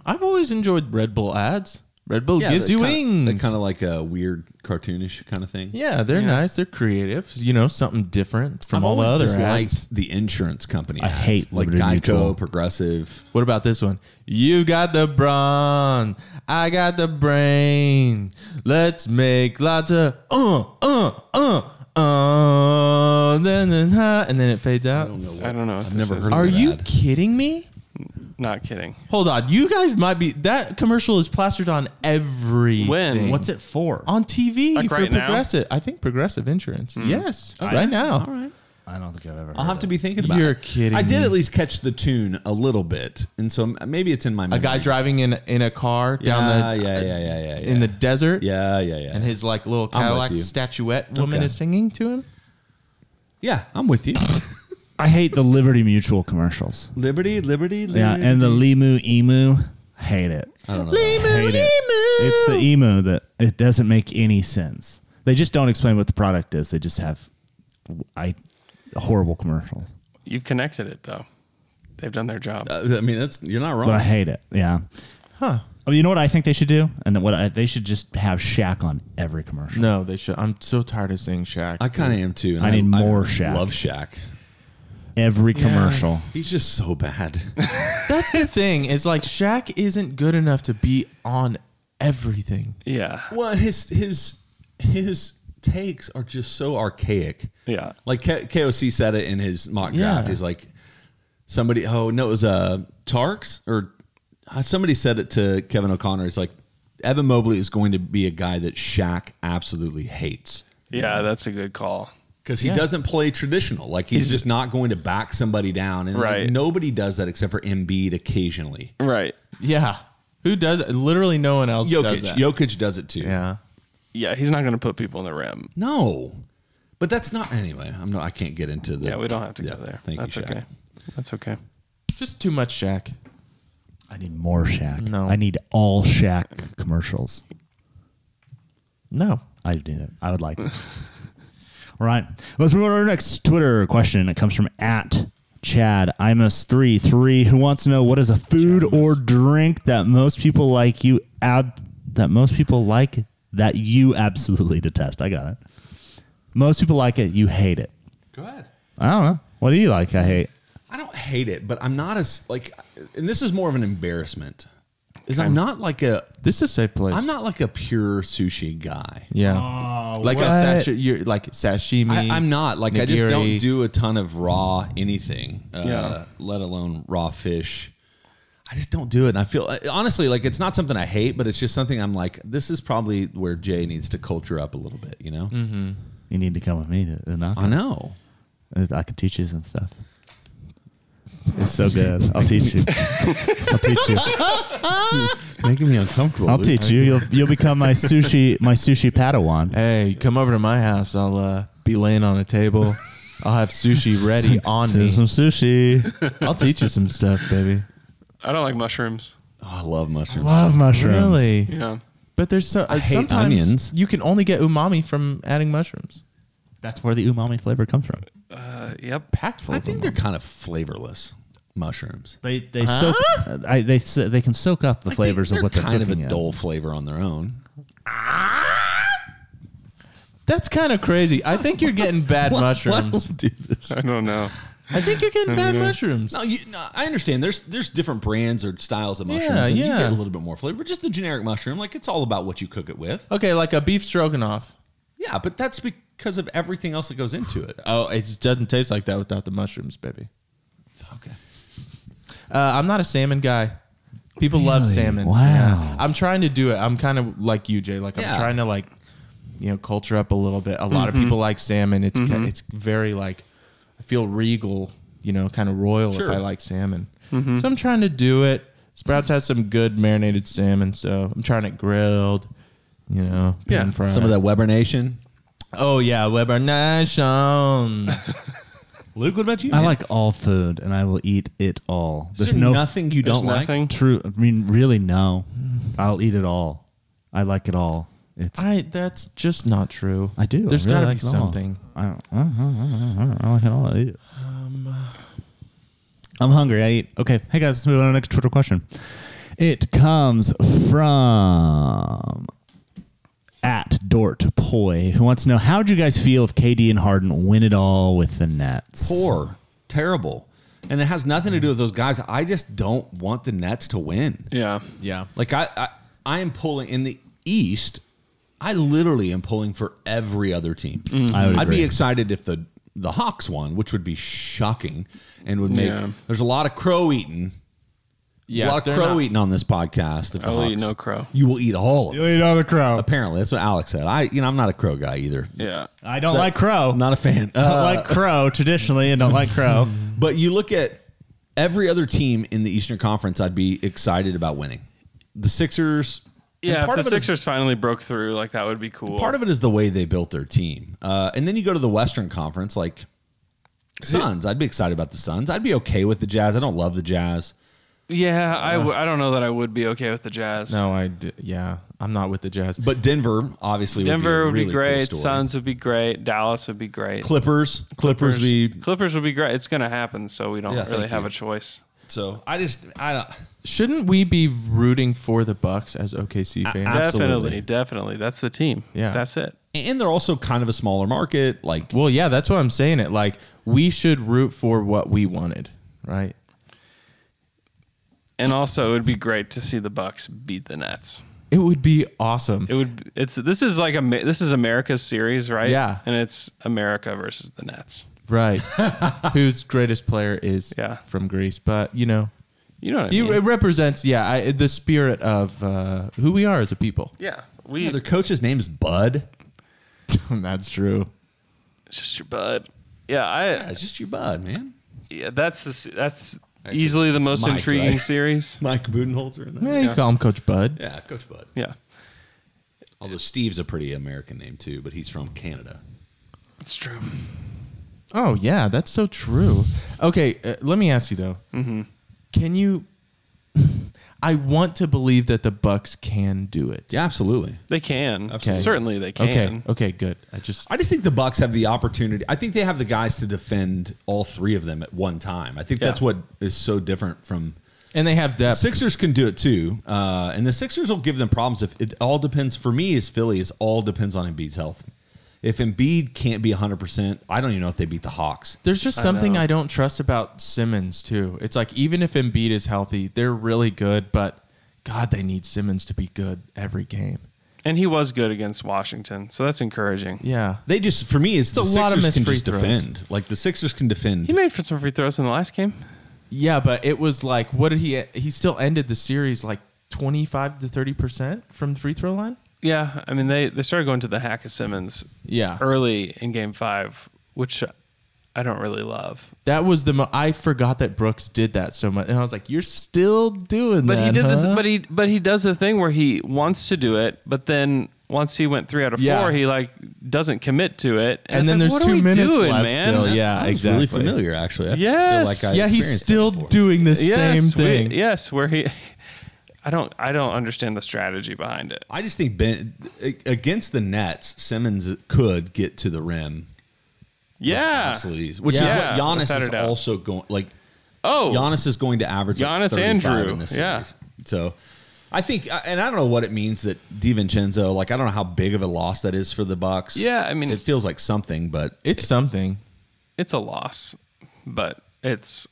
Speaker 4: I've always enjoyed Red Bull ads. Red Bull
Speaker 5: Yeah,
Speaker 4: gives
Speaker 5: they're
Speaker 4: you
Speaker 5: kinda-
Speaker 4: wings.
Speaker 5: They're kind of like a weird cartoonish kind of thing.
Speaker 4: yeah, they're nice. They're creative. You know, something different from
Speaker 5: I've
Speaker 4: all the
Speaker 5: always
Speaker 4: other
Speaker 5: disliked
Speaker 4: ads.
Speaker 5: the insurance company.
Speaker 6: I
Speaker 5: ads,
Speaker 6: hate
Speaker 5: like
Speaker 6: Liberty
Speaker 5: Geico,
Speaker 6: Mutual.
Speaker 5: Progressive.
Speaker 4: What about this one? You got the brawn. I got the brain. Let's make lots of uh uh uh uh. Then then huh, and then it fades out.
Speaker 3: I don't know. I've never
Speaker 5: heard
Speaker 4: Are
Speaker 5: of
Speaker 4: you
Speaker 5: that.
Speaker 4: kidding me?
Speaker 3: Not kidding.
Speaker 4: Hold on, you guys might be that commercial is plastered on everything.
Speaker 3: When?
Speaker 6: What's it for?
Speaker 4: on TV
Speaker 3: Like
Speaker 4: for
Speaker 3: right now?
Speaker 4: Progressive? I think Progressive Insurance. Yes, right now. All right.
Speaker 6: I don't think I've ever.
Speaker 5: I'll have to be thinking about.
Speaker 4: You're
Speaker 5: it.
Speaker 4: kidding
Speaker 5: I did
Speaker 4: me.
Speaker 5: at least catch the tune a little bit, and so maybe it's in my.
Speaker 4: A
Speaker 5: Memory.
Speaker 4: guy driving in in a car
Speaker 5: Yeah,
Speaker 4: down the
Speaker 5: yeah, yeah, yeah, yeah, yeah.
Speaker 4: in the desert.
Speaker 5: yeah, yeah, yeah.
Speaker 4: And his like little
Speaker 5: I'm with
Speaker 4: Cadillac
Speaker 5: you.
Speaker 4: statuette woman
Speaker 5: Okay.
Speaker 4: is singing to him.
Speaker 5: yeah, I'm with you.
Speaker 6: I hate the Liberty Mutual commercials.
Speaker 5: liberty, liberty, liberty.
Speaker 6: Yeah, and the Limu Emu, hate it.
Speaker 5: I don't know. that.
Speaker 6: hate it. It's the emo that it doesn't make any sense. They just don't explain what the product is. They just have I horrible commercials.
Speaker 3: You've connected it though. They've done their job.
Speaker 5: Uh, I mean, that's you're not wrong.
Speaker 6: But I hate it. Yeah. Huh. Oh, you know what I think they should do? And what I, they should just have Shaq on every commercial.
Speaker 4: No, they should. I'm so tired of seeing Shaq.
Speaker 5: I kind of am too. and
Speaker 6: I need more Shaq.
Speaker 5: Love Shaq.
Speaker 6: Every commercial.
Speaker 5: He's just so bad.
Speaker 4: That's the thing. Is like Shaq isn't good enough to be on everything.
Speaker 3: Yeah.
Speaker 5: Well, his his his takes are just so archaic.
Speaker 3: Yeah.
Speaker 5: Like K- KOC said it in his mock draft.
Speaker 4: Yeah.
Speaker 5: He's like somebody. Oh no, it was uh Tarks or uh, somebody said it to Kevin O'Connor. He's like Evan Mobley is going to be a guy that Shaq absolutely hates.
Speaker 3: Yeah, that's a good call.
Speaker 5: Because he doesn't play traditional, like he's, just not going to back somebody down, and like,
Speaker 3: Right.
Speaker 5: nobody does that except for Embiid occasionally.
Speaker 3: Right.
Speaker 4: Yeah. Who does? Literally, no one else does
Speaker 5: Jokic,
Speaker 4: that.
Speaker 5: Jokic does it too.
Speaker 4: yeah.
Speaker 3: Yeah, he's not going to put people in the rim.
Speaker 5: No, but that's not anyway. I'm not. I can't get into the.
Speaker 3: Yeah, we don't have to
Speaker 5: Yeah,
Speaker 3: go there.
Speaker 5: Thank
Speaker 3: that's
Speaker 5: you, Shaq.
Speaker 3: okay. That's okay.
Speaker 4: Just too much Shaq.
Speaker 6: I need more Shaq.
Speaker 4: No.
Speaker 6: I need all Shaq commercials.
Speaker 4: No.
Speaker 6: I do that. I would like it. All right. Let's move on to our next Twitter question. It comes from at Chad Imus33, who wants to know what is a food or drink that most people like you ab that most people like that you absolutely detest. I got it. Most people like it, you hate it.
Speaker 5: Go ahead.
Speaker 6: I don't know. What do you like? I hate.
Speaker 5: I don't hate it, but I'm not as like, and this is more of an embarrassment. Is I'm not like a
Speaker 4: This is a safe place.
Speaker 5: I'm not like a pure sushi guy.
Speaker 4: Yeah. like a
Speaker 6: what?
Speaker 4: sashi, you're like sashimi.
Speaker 5: I, I'm not like I just don't
Speaker 4: nigiri.
Speaker 5: do a ton of raw anything. Uh,
Speaker 3: Yeah.
Speaker 5: Let alone raw fish. I just don't do it. And I feel honestly like it's not something I hate, but it's just something I'm like. This is probably where Jay needs to culture up a little bit. You know.
Speaker 3: Mm-hmm.
Speaker 6: You need to come with me to to knock.
Speaker 5: I know.
Speaker 6: it. I can teach you some stuff. It's so good. I'll teach you. I'll teach you.
Speaker 5: Making me uncomfortable.
Speaker 6: I'll
Speaker 5: Luke.
Speaker 6: teach you. You'll you'll become my sushi my sushi padawan.
Speaker 4: Hey, come over to my house. I'll uh, be laying on a table. I'll have sushi ready on me.
Speaker 6: Here's some sushi.
Speaker 4: I'll teach you some stuff, baby.
Speaker 3: I don't like mushrooms.
Speaker 5: Oh, I love mushrooms.
Speaker 6: Love mushrooms.
Speaker 4: Really?
Speaker 3: Yeah.
Speaker 4: But there's so uh,
Speaker 5: hate
Speaker 4: sometimes
Speaker 5: onions.
Speaker 4: you can only get umami from adding mushrooms.
Speaker 6: That's where the umami flavor comes from.
Speaker 3: Uh, yep.
Speaker 4: Packed full
Speaker 5: I
Speaker 4: of them.
Speaker 5: think they're kind of flavorless mushrooms.
Speaker 6: They they soak. uh, I, they s- they can soak up the flavors
Speaker 5: They're
Speaker 6: of what they're
Speaker 5: kind of a
Speaker 6: cooking in.
Speaker 5: dull flavor on their own.
Speaker 4: That's kind of crazy. I think you're getting bad mushrooms.
Speaker 5: do this?
Speaker 3: I don't know.
Speaker 4: I think you're getting bad mushrooms.
Speaker 5: No, Oh, you, no, I understand. There's there's different brands or styles of mushrooms,
Speaker 4: Yeah,
Speaker 5: and you
Speaker 4: yeah.
Speaker 5: get a little bit more flavor. But just the generic mushroom, like it's all about what you cook it with.
Speaker 4: Okay, like a beef stroganoff.
Speaker 5: Yeah, but that's because of everything else that goes into it. Uh,
Speaker 4: Oh, it just doesn't taste like that without the mushrooms, baby.
Speaker 5: Okay,
Speaker 4: Uh, I'm not a salmon guy. People love
Speaker 6: Really?
Speaker 4: salmon.
Speaker 6: Wow.
Speaker 4: Yeah. I'm trying to do it. I'm kind of like you, Jay. Like
Speaker 5: Yeah. Mm-hmm.
Speaker 4: I'm trying to like, you know, culture up a little bit. A lot of people like salmon. It's ki- it's very like, I feel regal. You know, kind of royal
Speaker 5: Sure. Mm-hmm.
Speaker 4: if I like salmon. So I'm trying to do it. Sprouts has some good marinated salmon, so I'm trying it grilled. You know,
Speaker 3: Yeah.
Speaker 4: pan fried.
Speaker 5: Some of that Weber Nation.
Speaker 4: Oh yeah, Weber Nation.
Speaker 5: Luke, what about you?
Speaker 6: I like all food, and I will eat it all.
Speaker 5: Is
Speaker 6: There's
Speaker 5: there
Speaker 6: no
Speaker 5: nothing you
Speaker 3: There's
Speaker 5: don't like.
Speaker 3: nothing.
Speaker 6: True. I mean, really, no. I'll eat it all. I like it all. It's. I,
Speaker 4: I that's just not true.
Speaker 6: do.
Speaker 4: There's
Speaker 6: got to
Speaker 4: be something.
Speaker 6: I, don't, I, don't, I, don't, I like it all. I eat it. Um, I'm hungry. I eat. Okay. Hey guys, let's move on to the next Twitter question. It comes from at Dort Poi, who wants to know how would you guys feel if KD and Harden win it all with the Nets?
Speaker 5: Poor, terrible, and it has nothing to do with those guys. I just don't want the Nets to win.
Speaker 3: Yeah.
Speaker 4: Yeah.
Speaker 5: Like I, I, I am pulling in the East. I literally am pulling for every other team.
Speaker 6: I would
Speaker 5: I'd be
Speaker 6: agree.
Speaker 5: excited if the the Hawks won, which would be shocking and would make.
Speaker 3: Yeah.
Speaker 5: There's a lot of crow eating.
Speaker 4: Yeah,
Speaker 5: a lot of
Speaker 4: they're
Speaker 5: crow
Speaker 4: not-
Speaker 5: eating on this podcast. If the
Speaker 3: I will eat
Speaker 5: Hawks-
Speaker 3: no crow.
Speaker 5: You will eat all of it.
Speaker 6: eat all the crow.
Speaker 5: Apparently, that's what Alex said. I, you know, I'm not a crow guy either.
Speaker 3: Yeah.
Speaker 6: I don't
Speaker 5: So-
Speaker 6: like crow.
Speaker 5: I'm not a fan.
Speaker 6: I
Speaker 5: Uh,
Speaker 6: don't like crow traditionally, and don't like crow.
Speaker 5: But you look at every other team in the Eastern Conference, I'd be excited about winning. The Sixers. and
Speaker 3: Yeah. If
Speaker 5: part
Speaker 3: the
Speaker 5: of it is-
Speaker 3: Sixers finally broke through, like that would be cool.
Speaker 5: part of it is the way they built their team. Uh, and then you go to the Western Conference, like Suns. I'd be excited about the Suns. I'd be okay with the Jazz. I don't love the Jazz.
Speaker 3: yeah. I, w- I don't know that I would be okay with the Jazz.
Speaker 4: No, I d- yeah, I'm not with the Jazz.
Speaker 5: But Denver, obviously,
Speaker 3: Denver would
Speaker 5: would
Speaker 3: be,
Speaker 5: be, a really cool
Speaker 3: great.
Speaker 5: story.
Speaker 3: Suns would be great. Dallas would be great.
Speaker 5: Clippers, Clippers, would be
Speaker 3: Clippers would be great. It's going to happen, so we don't
Speaker 5: Yeah,
Speaker 3: really
Speaker 5: thank
Speaker 3: have
Speaker 5: you.
Speaker 3: a choice.
Speaker 5: so. I just, I don't.
Speaker 4: Shouldn't we be rooting for the Bucks as OKC fans?
Speaker 5: Absolutely.
Speaker 3: Definitely, definitely. That's the team.
Speaker 4: Yeah.
Speaker 3: That's it.
Speaker 5: And they're also kind of a smaller market. Like,
Speaker 4: well, yeah, that's what I'm saying. It like we should root for what we wanted, right?
Speaker 3: And also, it would be great to see the Bucks beat the Nets.
Speaker 4: It would be awesome.
Speaker 3: It would. It's this is like a this is America's series, right?
Speaker 4: Yeah.
Speaker 3: and it's America versus the Nets.
Speaker 4: right? Whose greatest player is
Speaker 3: Yeah.
Speaker 4: from Greece, but you know,
Speaker 3: You know what I
Speaker 4: you, uh,
Speaker 3: mean?
Speaker 4: it represents yeah I, the spirit of uh, who we are as a people.
Speaker 3: yeah, we.
Speaker 5: yeah, their coach's name is Bud.
Speaker 4: that's true.
Speaker 3: it's just your bud. Yeah, I.
Speaker 5: Yeah,
Speaker 3: Yeah,
Speaker 5: it's just your Bud, man.
Speaker 3: that's the se- that's easily the most
Speaker 5: Mike,
Speaker 3: intriguing
Speaker 5: right?
Speaker 3: series.
Speaker 5: Mike Budenholzer. In that.
Speaker 4: Yeah, you call him Coach Bud.
Speaker 5: Yeah, Coach Bud.
Speaker 3: Yeah,
Speaker 5: Although Steve's a pretty American name too, but he's from Canada.
Speaker 3: it's true.
Speaker 4: Oh yeah, that's so true. Okay, uh, let me ask you though.
Speaker 3: Mm-hmm.
Speaker 4: Can you? I want to believe that the Bucks can do it.
Speaker 5: Yeah, absolutely.
Speaker 3: They can. Certainly, they can.
Speaker 4: Okay. Okay. Good. I just.
Speaker 5: I just think the Bucks have the opportunity. I think they have the guys to defend all three of them at one time. I think that's
Speaker 3: Yeah.
Speaker 5: what is so different from
Speaker 4: And they have depth.
Speaker 5: Sixers can do it too, uh, and the Sixers will give them problems. If it all depends for me, as Philly, it all depends on Embiid's health. If Embiid can't be 100, percent I don't even know if they beat the Hawks.
Speaker 4: There's just something I, don't trust about Simmons too. It's like even if Embiid is healthy, they're really good, but God, they need Simmons to be good every game.
Speaker 3: And he was good against Washington, so that's encouraging.
Speaker 4: Yeah.
Speaker 5: They just for me is
Speaker 4: a
Speaker 5: the
Speaker 4: lot of
Speaker 5: Sixers can
Speaker 4: missed free
Speaker 5: just
Speaker 4: throws.
Speaker 5: defend. Like the Sixers can defend.
Speaker 3: He made for some free throws in the last game.
Speaker 4: Yeah, but it was like, what did he? He still ended the series like 25 to 30 percent from the free throw line.
Speaker 3: Yeah, I mean they they started going to the hack of Simmons.
Speaker 4: Yeah.
Speaker 3: early in Game Five, which I don't really love.
Speaker 4: That was the mo- I forgot that Brooks did that so much, and I was like, "You're still doing
Speaker 3: But
Speaker 4: that."
Speaker 3: he did this.
Speaker 4: huh?
Speaker 3: But he but he does the thing where he wants to do it, but then once he went three out of
Speaker 4: Yeah.
Speaker 3: four, he like doesn't commit to it.
Speaker 4: and
Speaker 3: it's
Speaker 4: then
Speaker 3: like,
Speaker 4: there's
Speaker 3: what are
Speaker 4: two
Speaker 3: we
Speaker 4: minutes
Speaker 3: doing,
Speaker 4: left
Speaker 3: man?
Speaker 4: still. Yeah,
Speaker 5: That was
Speaker 4: exactly.
Speaker 5: Really familiar, actually. I
Speaker 3: Yes.
Speaker 5: feel like I
Speaker 4: Yeah, he's
Speaker 5: experienced that
Speaker 4: still
Speaker 5: before.
Speaker 4: doing the
Speaker 3: Yes,
Speaker 4: same
Speaker 3: we-
Speaker 4: thing.
Speaker 3: yes, where he. I don't. I don't understand the strategy behind it.
Speaker 5: I just think ben, against the Nets, Simmons could get to the rim.
Speaker 3: Yeah.
Speaker 5: absolute ease, which
Speaker 3: Yeah,
Speaker 5: is what Giannis
Speaker 3: without a
Speaker 5: is
Speaker 3: doubt.
Speaker 5: also going. Like
Speaker 3: Oh.
Speaker 5: Giannis is going to average like
Speaker 3: Giannis
Speaker 5: 35
Speaker 3: Andrew,
Speaker 5: In this
Speaker 3: yeah.
Speaker 5: series. So I think, uh, and I don't know what it means that Divincenzo. Like I don't know how big of a loss that is for the Bucks.
Speaker 3: Yeah, I mean-
Speaker 5: it feels like something, but
Speaker 4: It's something.
Speaker 3: it's a loss, but it's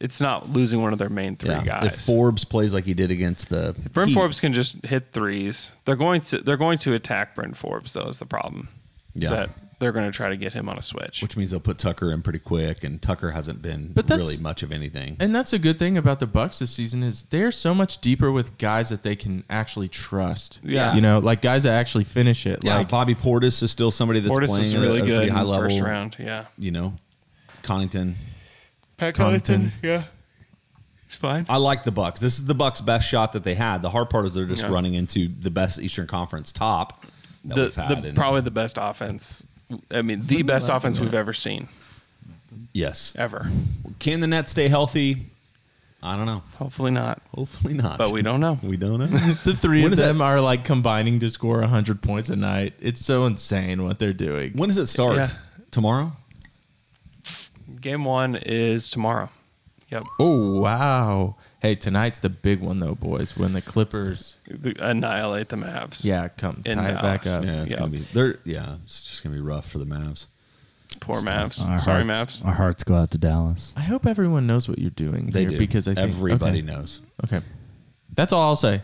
Speaker 3: it's not losing one of their main three
Speaker 5: yeah. If
Speaker 3: guys.
Speaker 5: Forbes plays like he did against the
Speaker 3: Brent
Speaker 5: Heat,
Speaker 3: Forbes can just hit threes. They're going to they're going to attack Brent Forbes though is the problem. Is
Speaker 5: Yeah.
Speaker 3: that they're going to try to get him on a switch.
Speaker 5: Which means they'll put Tucker in pretty quick, and Tucker hasn't been
Speaker 4: But that's-
Speaker 5: really much of anything.
Speaker 4: And that's a good thing about the Bucks this season is they're so much deeper with guys that they can actually trust.
Speaker 5: Yeah.
Speaker 4: you know, like guys that actually finish it.
Speaker 5: Yeah,
Speaker 4: Like
Speaker 5: Bobby Portis is still somebody that's
Speaker 3: Portis
Speaker 5: playing
Speaker 3: is
Speaker 5: at a-
Speaker 3: really
Speaker 5: at a pretty
Speaker 3: good in
Speaker 5: high
Speaker 3: the
Speaker 5: level.
Speaker 3: first round. Yeah.
Speaker 5: You know, Connington.
Speaker 3: Pat
Speaker 4: Connaughton,
Speaker 3: Yeah. It's fine.
Speaker 5: I like the Bucks. This is the Bucks' best shot that they had. The hard part is they're just
Speaker 3: Yeah.
Speaker 5: running into the best Eastern Conference top that
Speaker 3: The,
Speaker 5: we've had.
Speaker 3: the,
Speaker 5: and-
Speaker 3: probably the best offense. I mean, the best offense we've ever seen,
Speaker 5: yes.
Speaker 3: ever.
Speaker 5: Can the Nets stay healthy? I don't know.
Speaker 3: Hopefully not,
Speaker 5: Hopefully not.
Speaker 3: but we don't know.
Speaker 5: We don't know.
Speaker 4: the three
Speaker 5: When
Speaker 4: of
Speaker 5: is
Speaker 4: them are like combining to score hundred points a night. It's so insane what they're doing.
Speaker 5: when does it start?
Speaker 3: Yeah.
Speaker 5: Tomorrow?
Speaker 3: Game one is tomorrow. Yep.
Speaker 4: Oh wow! Hey, tonight's the big one though, boys. When the Clippers,
Speaker 3: Annihilate the Mavs.
Speaker 4: yeah, come
Speaker 3: In
Speaker 4: tie it back
Speaker 3: Dallas.
Speaker 4: up.
Speaker 5: Yeah, it's
Speaker 3: Uh, Yeah.
Speaker 5: gonna be. They're yeah, it's just gonna be rough for the Mavs.
Speaker 3: Poor Mavs.
Speaker 6: Our
Speaker 3: Sorry,
Speaker 6: hearts,
Speaker 3: Mavs.
Speaker 6: Our hearts go out to Dallas.
Speaker 4: I hope everyone knows what you're doing.
Speaker 5: They
Speaker 4: here
Speaker 5: do
Speaker 4: because I think,
Speaker 5: everybody
Speaker 4: okay.
Speaker 5: knows.
Speaker 4: Okay, that's all I'll say.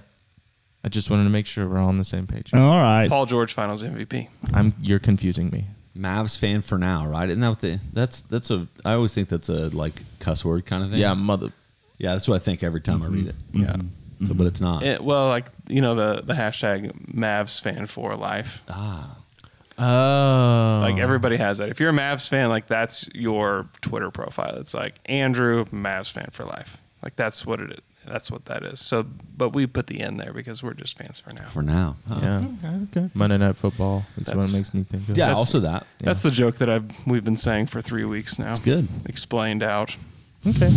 Speaker 4: I just wanted to make sure we're all on the same page.
Speaker 6: All right.
Speaker 3: Paul George Finals MVP.
Speaker 4: I'm you're confusing me.
Speaker 5: Mavs fan for now, right? Isn't that what they? That's that's a. I always think that's a like cuss word kind of thing.
Speaker 4: Yeah, mother.
Speaker 5: yeah. That's what I think every time I read it. Yeah,
Speaker 3: Mm-hmm.
Speaker 5: so, but it's not.
Speaker 3: It, well, like you know the the hashtag Mavs fan for life.
Speaker 4: Oh,
Speaker 3: Like everybody has that. If you're a Mavs fan, like that's your Twitter profile. It's like Andrew Mavs fan for life. Like that's what it is. That's what that is. So, but we put the end there because we're just fans for now.
Speaker 5: for now. Huh.
Speaker 4: yeah. Okay. Oh. Monday Night Football. That's, what
Speaker 3: That's-
Speaker 4: it makes me think of.
Speaker 5: Yeah,
Speaker 3: That's-
Speaker 5: also that.
Speaker 3: That's the joke that I've we've been saying for three weeks now. It's
Speaker 5: good.
Speaker 3: Explained out.
Speaker 4: Okay.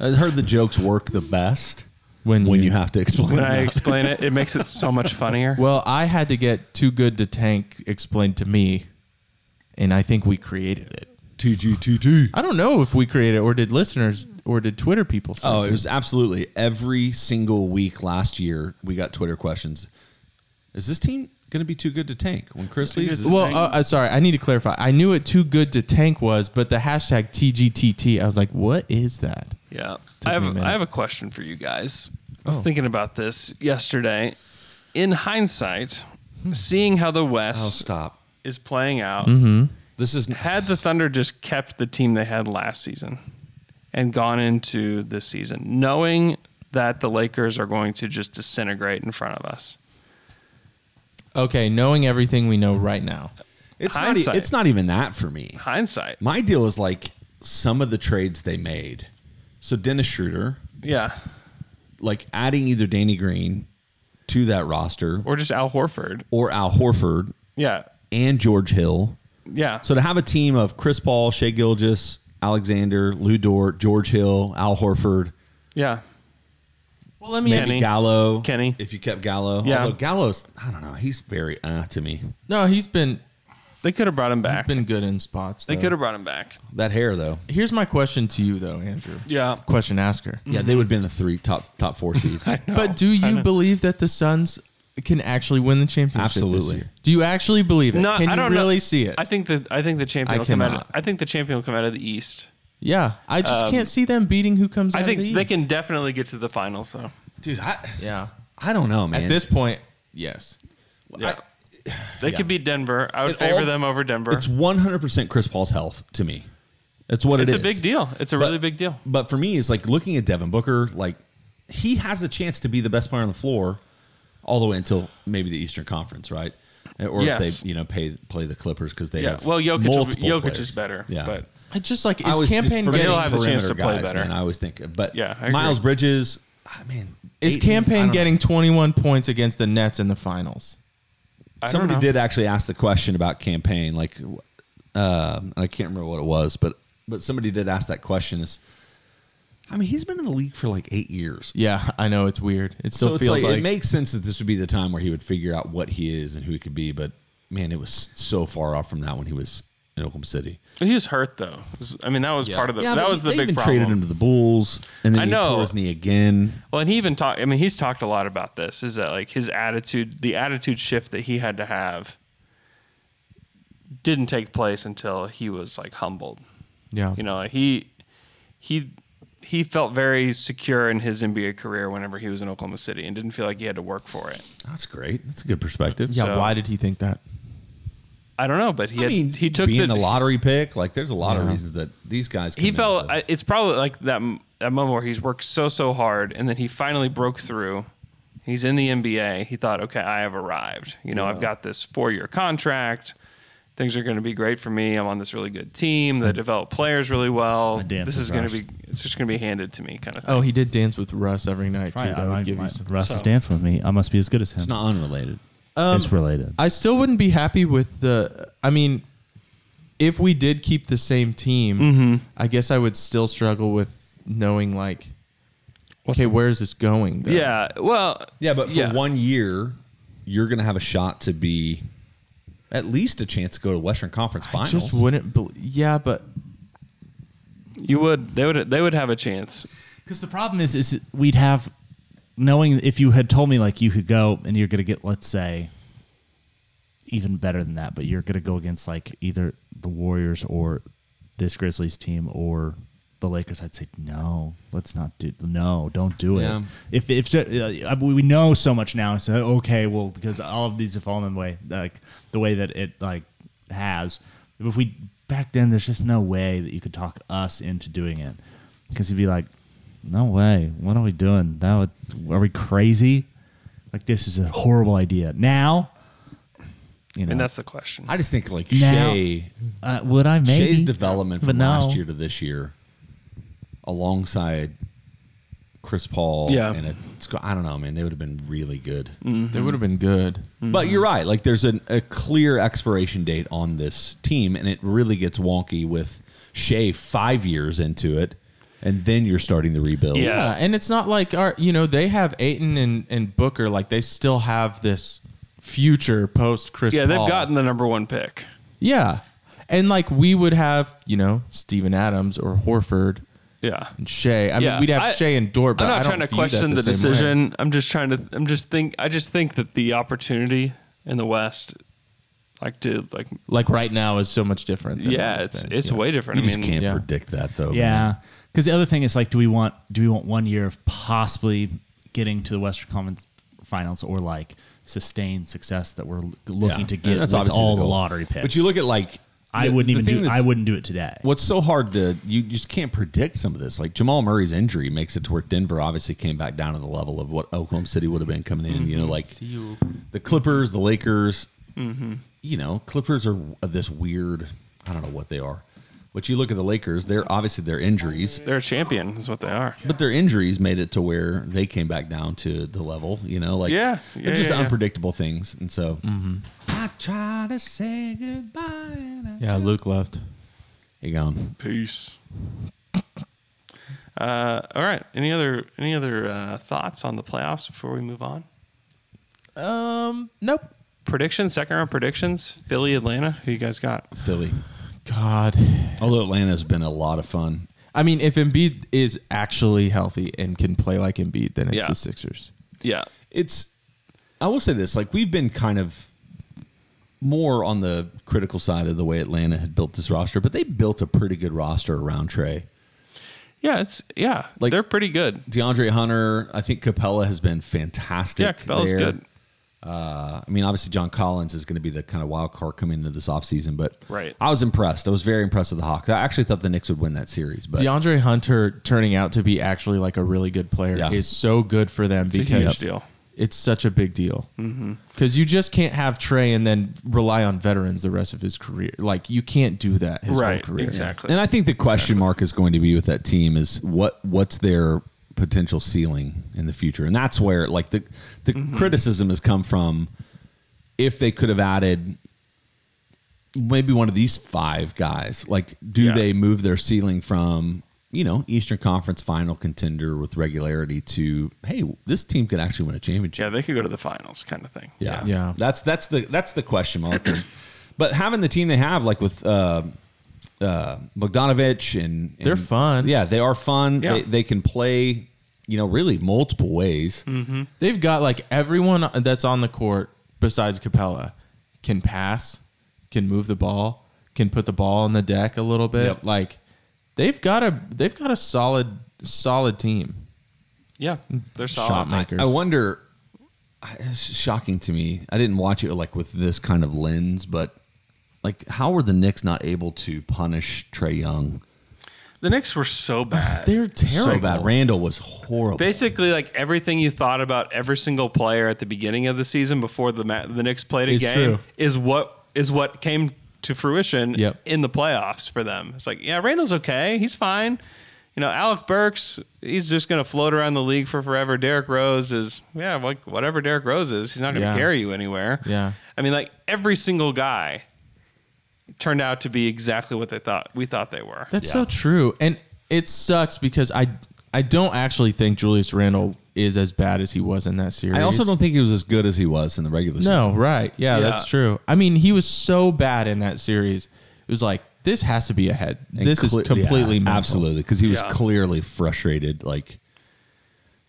Speaker 5: I heard the jokes work the best
Speaker 4: When
Speaker 5: when
Speaker 4: you-
Speaker 5: you have to explain.
Speaker 3: When
Speaker 5: them
Speaker 3: I
Speaker 5: out.
Speaker 3: explain it, it makes it so much funnier.
Speaker 4: Well, I had to get too good to tank explained to me, and I think we created it.
Speaker 5: TGTT.
Speaker 4: I don't know if we created it or did listeners or did Twitter people. Say
Speaker 5: Oh,
Speaker 4: it.
Speaker 5: it was absolutely every single week last year. We got Twitter questions. Is this team going to be too good to tank when Chris leaves? Is this
Speaker 4: Well,
Speaker 5: team-
Speaker 4: uh, uh, sorry, I need to clarify. I knew what too good to tank was, but the hashtag TGTT, I was like, what is that?
Speaker 3: Yeah.
Speaker 4: Took
Speaker 3: I have,
Speaker 4: me a minute. Oh.
Speaker 3: I have a question for you guys. I was thinking about this yesterday. In hindsight,
Speaker 4: Hmm.
Speaker 3: seeing how the
Speaker 5: oh,
Speaker 3: West
Speaker 5: stop.
Speaker 3: is playing out,
Speaker 4: Mm-hmm.
Speaker 5: This is
Speaker 3: had the Thunder just kept the team they had last season and gone into this season, knowing that the Lakers are going to just disintegrate in front of us.
Speaker 4: Okay, knowing everything we know right now.
Speaker 5: it's not, e-
Speaker 3: hindsight.
Speaker 5: it's not even that for me.
Speaker 3: Hindsight.
Speaker 5: My deal is like some of the trades they made. So Dennis Schroeder,
Speaker 3: Yeah.
Speaker 5: like adding either Danny Green to that roster
Speaker 3: Or just Al Horford.
Speaker 5: or Al Horford
Speaker 3: Yeah.
Speaker 5: and George Hill.
Speaker 3: Yeah.
Speaker 5: So to have a team of Chris Paul, Shea Gilgis, Alexander, Lou Dort, George Hill, Al Horford,
Speaker 3: yeah.
Speaker 4: Well, let me
Speaker 5: maybe
Speaker 3: Kenny.
Speaker 5: Gallo,
Speaker 3: Kenny.
Speaker 5: If you kept Gallo,
Speaker 3: Yeah.
Speaker 5: Although Gallo's, I don't know, he's very uh to me.
Speaker 4: No, he's been
Speaker 3: They could have brought him
Speaker 4: he's
Speaker 3: back.
Speaker 4: been good in spots.
Speaker 3: they
Speaker 4: though.
Speaker 3: could have brought him back.
Speaker 5: That hair though,
Speaker 4: Here's my question to you though, Andrew.
Speaker 3: Yeah.
Speaker 4: Question asker.
Speaker 5: yeah,
Speaker 3: Mm-hmm.
Speaker 5: they would have been a three top top four seed.
Speaker 4: But do you believe that the Suns can actually win the championship? This
Speaker 5: Absolutely.
Speaker 4: year? Do you actually believe it?
Speaker 3: No,
Speaker 4: can
Speaker 3: I
Speaker 4: you
Speaker 3: don't
Speaker 4: really
Speaker 3: know.
Speaker 4: see it?
Speaker 3: I think the I think the champion
Speaker 4: I
Speaker 3: will come out. Of,
Speaker 4: cannot.
Speaker 3: I think the champion will come out of the East.
Speaker 4: yeah, I just can't see them beating who comes.
Speaker 3: Um, I
Speaker 4: out
Speaker 3: think
Speaker 4: of the
Speaker 3: they
Speaker 4: East.
Speaker 3: can definitely get to the finals though.
Speaker 5: Dude, I
Speaker 4: Yeah.
Speaker 5: I don't know, man.
Speaker 4: At this point, yes.
Speaker 3: They could beat Denver. I would
Speaker 5: It
Speaker 3: favor
Speaker 5: all-
Speaker 3: them over Denver.
Speaker 5: it's
Speaker 3: It's,
Speaker 5: one hundred percent Chris Paul's health to me. That's what
Speaker 3: a big deal. It's a
Speaker 5: But-
Speaker 3: really big deal.
Speaker 5: But for me, it's like looking at Devin Booker, like he has a chance to be the best player on the floor all the way until maybe the Eastern Conference, right? Or if
Speaker 3: Yes.
Speaker 5: they, you know, pay play the Clippers because they
Speaker 3: Yeah.
Speaker 5: have
Speaker 3: Well, Jokic will be-
Speaker 5: multiple
Speaker 3: Jokic
Speaker 5: players.
Speaker 3: is better,
Speaker 5: Yeah,
Speaker 3: but-
Speaker 4: I just like is
Speaker 5: I always just-
Speaker 4: campaign
Speaker 5: for me,
Speaker 4: getting
Speaker 3: He'll have the chance to
Speaker 5: perimeter
Speaker 3: play better.
Speaker 5: Man, I always think, but
Speaker 3: Yeah, I agree.
Speaker 5: Miles Bridges, I mean,
Speaker 4: is
Speaker 5: Ayton, I
Speaker 4: campaign
Speaker 5: don't know.
Speaker 4: getting 21 points against the Nets in the finals?
Speaker 3: I don't
Speaker 5: Somebody
Speaker 3: know.
Speaker 5: did actually ask the question about campaign, like, um, and I can't remember what it was, but but somebody did ask that question. Is, I mean, he's been in the league for like eight years.
Speaker 4: Yeah, I know it's weird. It still
Speaker 5: so it's
Speaker 4: feels
Speaker 5: like,
Speaker 4: like,
Speaker 5: it makes sense that this would be the time where he would figure out what he is and who he could be. But man, it was so far off from that when he was in Oklahoma City.
Speaker 3: He was hurt though. This- I mean, that was part of the that
Speaker 5: but
Speaker 3: was the
Speaker 5: they
Speaker 3: big
Speaker 5: even
Speaker 3: problem.
Speaker 5: Traded him to the Bulls, and then
Speaker 3: I
Speaker 5: he
Speaker 3: know.
Speaker 5: tore his knee again.
Speaker 3: Well, and he even talked. I mean, he's talked a lot about this. Is that like his attitude, the attitude shift that he had to have, didn't take place until he was like humbled.
Speaker 4: yeah.
Speaker 3: You know, he he he felt very secure in his NBA career whenever he was in Oklahoma City and didn't feel like he had to work for it.
Speaker 5: That's great. That's a good perspective.
Speaker 4: yeah,
Speaker 3: so-
Speaker 4: why did he think that?
Speaker 3: I don't know, but he
Speaker 5: I
Speaker 3: had,
Speaker 5: mean,
Speaker 3: he took
Speaker 5: being
Speaker 3: the
Speaker 5: the lottery pick. Like, there's a lot of
Speaker 3: Yeah.
Speaker 5: reasons that these guys.
Speaker 3: he
Speaker 5: commit.
Speaker 3: felt I- it's probably like that m- that moment where he's worked so so hard and then he finally broke through he's in the nba he thought okay i have arrived you know i've got this four year contract things are going to be great for me i'm on this really good team that develop players really well
Speaker 6: danced
Speaker 3: this
Speaker 6: with
Speaker 3: is going to
Speaker 6: Russ.
Speaker 3: be it's just going to be handed to me kind of thing
Speaker 4: Oh, he did dance with Russ every night too.
Speaker 6: Right,
Speaker 4: That
Speaker 6: I,
Speaker 4: would
Speaker 6: I,
Speaker 4: give you
Speaker 6: my,
Speaker 4: some-
Speaker 6: Russ's
Speaker 3: so-
Speaker 6: dance with me. I must be as good as him.
Speaker 5: it's not Um, unrelated.
Speaker 6: it's related.
Speaker 4: I still wouldn't be happy with the. I mean, if we did keep the same team,
Speaker 3: Mm-hmm.
Speaker 4: I guess I would still struggle with knowing like, okay, where is this going? though?
Speaker 3: yeah well
Speaker 5: Yeah, but for one year, you're going to have a shot to be at least a chance to go to Western Conference
Speaker 4: I
Speaker 5: Finals.
Speaker 4: just wouldn't. Be, yeah, but
Speaker 3: you would they would they would have a chance
Speaker 6: Because the problem is, is we'd have knowing if you had told me like you could go and you're going to get, let's say, even better than that, but you're going to go against like either the Warriors or this Grizzlies team or the Lakers. I'd say no, let's not do. No, don't do it.
Speaker 4: Yeah.
Speaker 6: If if uh, we we know so much now, so okay, well, because all of these have fallen the way like the way that it like has. If we back then, there's just no way that you could talk us into doing it because you'd be like, no way, what are we doing? That would, are we crazy? Like this is a horrible idea. Now, you know,
Speaker 3: and that's the question
Speaker 5: I just think like
Speaker 6: Now-
Speaker 5: Shea,
Speaker 6: uh, would I maybe
Speaker 5: Shea's development
Speaker 6: but
Speaker 5: from
Speaker 6: no.
Speaker 5: last year to this year, alongside Chris Paul.
Speaker 3: Yeah.
Speaker 5: and a, I don't know, man. They would have been really good.
Speaker 3: Mm-hmm.
Speaker 4: they would have been good.
Speaker 5: But you're right. Like there's an, a clear expiration date on this team, and it really gets wonky with Shea five years into it, and then you're starting the rebuild.
Speaker 3: Yeah.
Speaker 4: Yeah, and it's not like our, you know, they have Aiton and, and Booker, like they still have this future post Chris.
Speaker 3: yeah they've
Speaker 4: Paul.
Speaker 3: gotten the number one pick
Speaker 4: Yeah, and like we would have, you know, Steven Adams or Horford
Speaker 3: yeah
Speaker 4: and Shea. I
Speaker 3: Yeah,
Speaker 4: mean, we'd have
Speaker 3: I-
Speaker 4: Shea and Dort. But
Speaker 3: I'm not
Speaker 4: I don't
Speaker 3: trying to
Speaker 4: view that
Speaker 3: question the,
Speaker 4: same way.
Speaker 3: decision. I'm just trying to. I'm just think. I just think that the opportunity in the West, like to like,
Speaker 4: Like right now is so much different. than
Speaker 3: yeah,
Speaker 4: it's
Speaker 3: it's
Speaker 4: been.
Speaker 3: it's
Speaker 4: Yeah.
Speaker 3: way
Speaker 5: you
Speaker 3: different. I
Speaker 5: just
Speaker 3: mean,
Speaker 5: can't
Speaker 4: yeah.
Speaker 5: predict that though. man.
Speaker 6: Yeah, because the other thing is like, do we want do we want one year of possibly getting to the Western Conference Finals or like sustained success that we're l- looking
Speaker 5: Yeah.
Speaker 6: to
Speaker 5: And
Speaker 6: get
Speaker 5: that's
Speaker 6: with
Speaker 5: obviously
Speaker 6: all the,
Speaker 5: goal.
Speaker 6: lottery picks?
Speaker 5: But you look at like
Speaker 6: I
Speaker 5: the-
Speaker 6: wouldn't
Speaker 5: the
Speaker 6: even
Speaker 5: thing
Speaker 6: do. I
Speaker 5: that's-
Speaker 6: wouldn't do it today.
Speaker 5: What's so hard to you just can't predict some of this. Like Jamal Murray's injury makes it to where Denver obviously came back down to the level of what Oklahoma City would have been coming in.
Speaker 3: Mm-hmm.
Speaker 5: You know, like the Clippers, the Lakers.
Speaker 3: Mm-hmm.
Speaker 5: You know, Clippers are this weird. I don't know what they are. But you look at the Lakers; they're obviously their injuries,
Speaker 3: they're a champion. Is what they are.
Speaker 5: but their injuries made it to where they came back down to the level. You know, like
Speaker 3: Yeah.
Speaker 5: they're
Speaker 3: Yeah,
Speaker 5: just
Speaker 3: yeah, yeah.
Speaker 5: unpredictable things, and so
Speaker 4: Mm-hmm.
Speaker 5: I try to say goodbye. And I-
Speaker 4: Yeah, Luke left.
Speaker 5: you going?
Speaker 3: Peace. Uh, all right. Any other any other uh, thoughts on the playoffs before we move on?
Speaker 4: Um, nope.
Speaker 3: Predictions, second round predictions. Philly, Atlanta. Who you guys got?
Speaker 5: Philly.
Speaker 4: God,
Speaker 5: Although Atlanta's been a lot of fun.
Speaker 4: I mean, if Embiid is actually healthy and can play like Embiid, then it's
Speaker 3: Yeah.
Speaker 4: the Sixers.
Speaker 3: Yeah.
Speaker 5: It's I will say this, like we've been kind of more on the critical side of the way Atlanta had built this roster, but they built a pretty good roster around Trey.
Speaker 3: Yeah. It's yeah.
Speaker 5: Like-
Speaker 3: Like they're pretty good.
Speaker 5: DeAndre Hunter, I think Capella has been fantastic.
Speaker 3: Yeah. Cabela's
Speaker 5: there.
Speaker 3: good.
Speaker 5: I mean, obviously John Collins is going to be the kind of wild card coming into this offseason, but
Speaker 3: Right.
Speaker 5: I was impressed. I was very impressed with the Hawks. I actually thought the Knicks would win that series, but
Speaker 4: DeAndre Hunter turning out to be actually like a really good player
Speaker 5: Yeah.
Speaker 4: is so good for them
Speaker 3: a huge
Speaker 4: because
Speaker 3: deal. Mm-hmm.
Speaker 4: it's such a big deal. Because you just can't have Trey and then rely on veterans the rest of his career. Like you can't do that his
Speaker 3: Right,
Speaker 4: whole career.
Speaker 3: exactly.
Speaker 5: And I think the question mark is going to be with that team is what what's their potential ceiling in the future, and that's where like the the
Speaker 3: Mm-hmm.
Speaker 5: criticism has come from. If they could have added maybe one of these five guys, like do
Speaker 3: Yeah.
Speaker 5: they move their ceiling from you know Eastern Conference Final contender with regularity to hey this team could actually win a championship?
Speaker 3: Yeah, they could go to the finals, kind of thing.
Speaker 5: Yeah.
Speaker 4: Yeah.
Speaker 5: That's that's the that's the question mark. And- but having the team they have, like with uh uh Bogdanovich and, and-
Speaker 4: They're fun.
Speaker 5: Yeah, they are fun.
Speaker 3: Yeah.
Speaker 5: They they can play, you know, really multiple ways.
Speaker 4: They've got like everyone that's on the court besides Capella can pass, can move the ball, can put the ball on the deck a little bit.
Speaker 5: Yep.
Speaker 4: Like they've got a they've got a solid solid team.
Speaker 3: Yeah, they're solid.
Speaker 4: Shot makers.
Speaker 5: Oh, I wonder it's shocking to me. I didn't watch it like with this kind of lens, but like how were the Knicks not able to punish Trey Young?
Speaker 3: The Knicks were so bad.
Speaker 5: They're So bad. Randall was horrible.
Speaker 3: Basically, like everything you thought about every single player at the beginning of the season before the ma- the Knicks played a
Speaker 5: It's
Speaker 3: game
Speaker 5: true.
Speaker 3: is what is what came to fruition
Speaker 5: Yep.
Speaker 3: in the playoffs for them. It's like, yeah, Randall's okay, he's fine. You know, Alec Burks, he's just going to float around the league for forever. Derrick Rose is, yeah, like whatever Derrick Rose is, he's not going to
Speaker 4: Yeah.
Speaker 3: carry you anywhere.
Speaker 4: Yeah.
Speaker 3: I mean, like every single guy turned out to be exactly what they thought we thought they were.
Speaker 4: That's so true, and it sucks because I I don't actually think Julius Randle is as bad as he was in that series.
Speaker 5: I also don't think he was as good as he was in the regular season.
Speaker 4: No, right? Yeah,
Speaker 5: Yeah.
Speaker 4: that's true. I mean, he was so bad in that series. It was like this has to be ahead.
Speaker 5: And
Speaker 4: This
Speaker 5: cle-
Speaker 4: is completely
Speaker 5: yeah,
Speaker 4: mental.
Speaker 5: absolutely because he was
Speaker 3: Yeah.
Speaker 5: clearly frustrated. Like,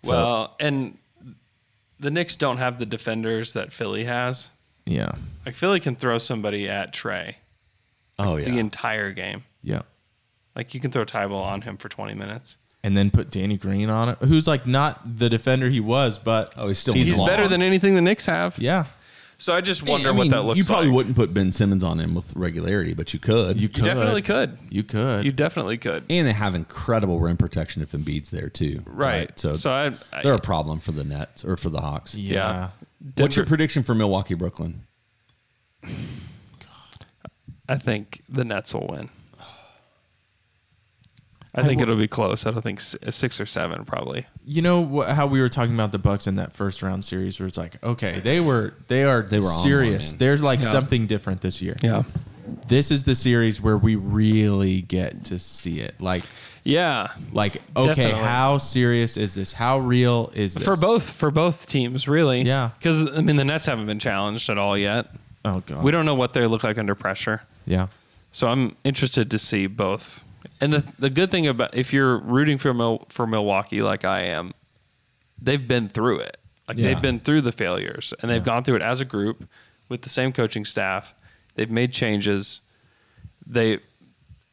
Speaker 5: So-
Speaker 3: Well, and the Knicks don't have the defenders that Philly has.
Speaker 4: Yeah.
Speaker 3: Like Philly can throw somebody at Trey
Speaker 5: oh
Speaker 3: the entire game.
Speaker 4: yeah.
Speaker 3: Like you can throw Tyball on him for 20 minutes.
Speaker 4: And then put Danny Green on it, who's like not the defender he was, but oh, he's
Speaker 5: still
Speaker 3: He's, better than anything the Knicks have.
Speaker 4: yeah.
Speaker 3: So I just
Speaker 5: I
Speaker 3: wonder
Speaker 5: mean,
Speaker 3: what that
Speaker 5: You
Speaker 3: looks
Speaker 5: probably
Speaker 3: like.
Speaker 5: wouldn't put Ben Simmons on him with regularity, but you could.
Speaker 4: You
Speaker 3: You
Speaker 4: could.
Speaker 3: definitely could.
Speaker 4: You could.
Speaker 3: You definitely could.
Speaker 5: and they have incredible rim protection if Embiid's there too.
Speaker 3: Right.
Speaker 5: So,
Speaker 3: So I- I-
Speaker 5: they're a problem for the Nets or for the Hawks.
Speaker 4: yeah.
Speaker 5: What's
Speaker 3: Denver-
Speaker 5: your prediction for Milwaukee Brooklyn?
Speaker 3: I think the Nets will win. I think it'll be close. I don't think s- six or seven, probably.
Speaker 4: You know wh- how we were talking about the Bucks in that first round series, where it's like, okay, they were they are they
Speaker 5: were
Speaker 4: were
Speaker 5: on
Speaker 4: serious.
Speaker 5: one, man.
Speaker 4: There's like something different this year.
Speaker 3: Yeah.
Speaker 4: This is the series where we really get to see it. Like,
Speaker 3: Yeah.
Speaker 4: like okay,
Speaker 3: Definitely.
Speaker 4: how serious is this? How real is this?
Speaker 3: For both, for both teams, really.
Speaker 4: Yeah.
Speaker 3: Because I mean, the Nets haven't been challenged at all yet.
Speaker 4: Oh god.
Speaker 3: We don't know what they look like under pressure,
Speaker 4: Yeah.
Speaker 3: so I'm interested to see both. And the the good thing about if you're rooting for Mil- for Milwaukee like I am, they've been through it. Like
Speaker 5: Yeah.
Speaker 3: they've been through the failures, and they've gone through it as a group with the same coaching staff. They've made changes. They,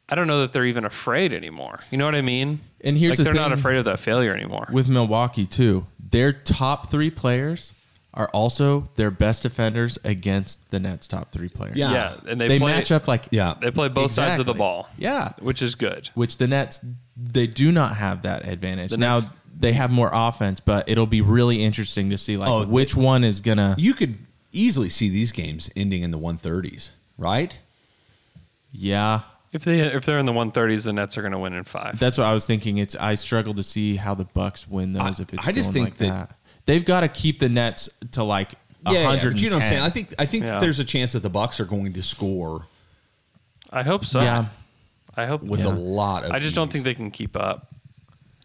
Speaker 3: I don't know that they're even afraid anymore. You know what I mean?
Speaker 4: And here's
Speaker 3: like
Speaker 4: the
Speaker 3: they're not
Speaker 4: thing-
Speaker 3: afraid of that failure anymore.
Speaker 4: with Milwaukee too. Their top three players are also their best defenders against the Nets' top three players.
Speaker 5: Yeah.
Speaker 3: yeah, and they,
Speaker 4: they
Speaker 3: play,
Speaker 4: match up like
Speaker 5: Yeah.
Speaker 3: They play both sides of the
Speaker 4: Exactly.
Speaker 3: ball.
Speaker 4: Yeah.
Speaker 3: which is good.
Speaker 4: which the Nets they do not have that advantage.
Speaker 3: The
Speaker 4: now
Speaker 3: Nets-
Speaker 4: they have more offense, but it'll be really interesting to see like
Speaker 5: Oh,
Speaker 4: which one is gonna.
Speaker 5: You could easily see these games ending in the 130s, right?
Speaker 4: Yeah,
Speaker 3: If they if they're in the 130s, the Nets are going to win in five.
Speaker 4: that's what I was thinking. It's I struggle to see how the Bucks win those
Speaker 5: I-
Speaker 4: if it's.
Speaker 5: I just
Speaker 4: going
Speaker 5: think
Speaker 4: like
Speaker 5: that-
Speaker 4: that they've got to keep the Nets to like.
Speaker 5: yeah, yeah,
Speaker 4: 110.
Speaker 5: but you know what I'm saying. I think I think
Speaker 3: Yeah.
Speaker 5: there's a chance that the Bucks are going to score
Speaker 3: I hope so.
Speaker 4: Yeah.
Speaker 3: I hope.
Speaker 5: with a lot of.
Speaker 3: I just don't
Speaker 5: ease
Speaker 3: think they can keep up.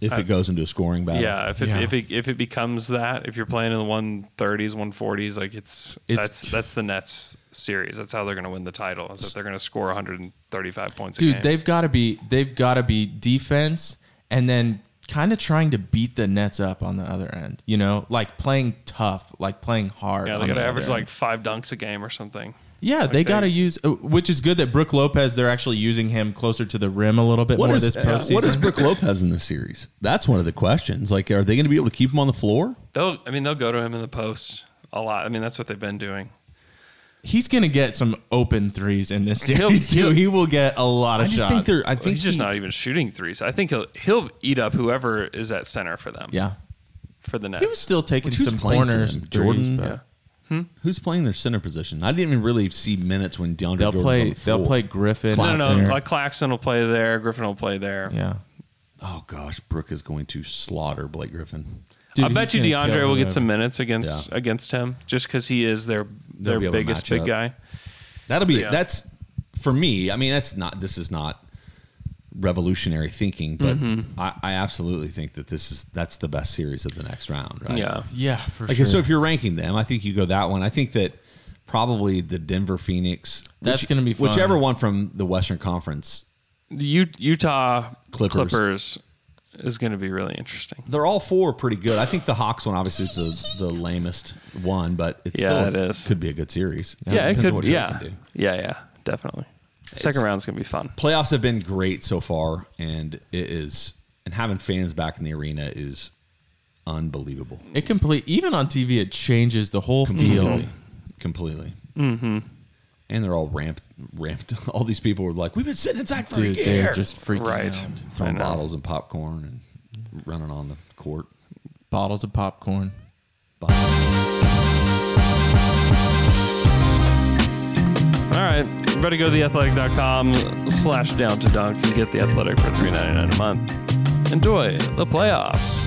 Speaker 5: if it goes into a scoring battle.
Speaker 3: Uh, Yeah, if it,
Speaker 4: Yeah.
Speaker 3: If, it, if it becomes that, if you're playing in the 130s, 140s, like it's,
Speaker 4: It's-
Speaker 3: that's that's the Nets series. That's how they're going to win the title. Is that they're going to score 135 points. a
Speaker 4: dude
Speaker 3: game.
Speaker 4: they've got to be they've got to be defense and then kind of trying to beat the nets up on the other end you know like playing tough like playing hard
Speaker 3: yeah,
Speaker 4: on
Speaker 3: they got to
Speaker 4: the
Speaker 3: average
Speaker 4: other
Speaker 3: like
Speaker 4: end.
Speaker 3: five dunks a game or something.
Speaker 4: yeah
Speaker 3: like
Speaker 4: they got to
Speaker 3: they-
Speaker 4: use uh, which is good that brooke lopez they're actually using him closer to the rim a little bit
Speaker 5: What
Speaker 4: more
Speaker 5: is,
Speaker 4: this
Speaker 5: uh,
Speaker 4: postseason
Speaker 5: what is Brooke Lopez in this series? That's one of the questions. Like, are they going to be able to keep him on the floor?
Speaker 3: They'll, I mean, they'll go to him in the post a lot. I mean, that's what they've been doing.
Speaker 4: he's gonna get some open threes in this
Speaker 3: He'll-
Speaker 4: series too
Speaker 3: he'll-
Speaker 4: he will get a lot
Speaker 5: I
Speaker 4: of
Speaker 5: just
Speaker 4: shots
Speaker 5: think they're. I think
Speaker 3: He's just
Speaker 5: he-
Speaker 3: not even shooting threes. I think he'll he'll eat up whoever is at center for them.
Speaker 4: yeah
Speaker 3: for the Nets.
Speaker 4: he was still taking
Speaker 5: Who's
Speaker 4: some
Speaker 5: playing for
Speaker 4: corners
Speaker 5: them?
Speaker 4: Jordan
Speaker 5: Jordan? Who's playing their center position? I didn't even really see minutes when DeAndre
Speaker 4: they'll
Speaker 5: Jordan
Speaker 4: play
Speaker 5: on the floor.
Speaker 4: they'll play griffin
Speaker 3: no, no,
Speaker 4: there.
Speaker 3: no. Like Claxton will play there. Griffin will play there.
Speaker 4: yeah
Speaker 5: Oh gosh, Brooke is going to slaughter Blake Griffin.
Speaker 3: I
Speaker 4: Dude,
Speaker 3: bet you
Speaker 4: he's gonna
Speaker 3: DeAndre
Speaker 4: kill
Speaker 3: will get
Speaker 4: whoever.
Speaker 3: some minutes against
Speaker 5: Yeah.
Speaker 3: against him just because he is their their
Speaker 5: be able to
Speaker 3: biggest
Speaker 5: match
Speaker 3: big
Speaker 5: up.
Speaker 3: guy.
Speaker 5: That'll be
Speaker 3: Yeah.
Speaker 5: that's for me. I mean, that's not. This is not revolutionary thinking, but I, I absolutely think that this is that's the best series of the next round. Right?
Speaker 3: Yeah.
Speaker 4: yeah for
Speaker 5: Like
Speaker 4: sure
Speaker 5: so, if you're ranking them, I think you go that one. I think that probably the Denver Phoenix.
Speaker 4: That's gonna be fun.
Speaker 5: whichever one from the Western Conference.
Speaker 3: The U- Utah
Speaker 5: Clippers.
Speaker 3: Clippers, is going to be really interesting.
Speaker 5: They're all four pretty good. I think the Hawks one obviously is the, the lamest one, but it
Speaker 3: Yeah,
Speaker 5: still
Speaker 3: it is.
Speaker 5: could be a good series.
Speaker 3: yeah, it
Speaker 5: depends on
Speaker 3: could.
Speaker 5: what you
Speaker 3: Yeah,
Speaker 5: can do.
Speaker 3: yeah, yeah, definitely. Second round's going to be fun.
Speaker 5: playoffs have been great so far, and it is and having fans back in the arena is unbelievable.
Speaker 4: It Mm-hmm. complete even on TV it changes the whole feel.
Speaker 5: Completely. Completely. And they're all ramped, ramped. All these people were like, "We've been sitting inside for
Speaker 1: Dude,
Speaker 5: a year."
Speaker 1: they're just freaking
Speaker 3: Right.
Speaker 1: out.
Speaker 5: throwing
Speaker 3: I know.
Speaker 5: bottles and popcorn and running on the court.
Speaker 1: Bottles of popcorn.
Speaker 3: All right, everybody go to theathletic.com slash down to dunk and get the athletic for three ninety nine a month. Enjoy the playoffs.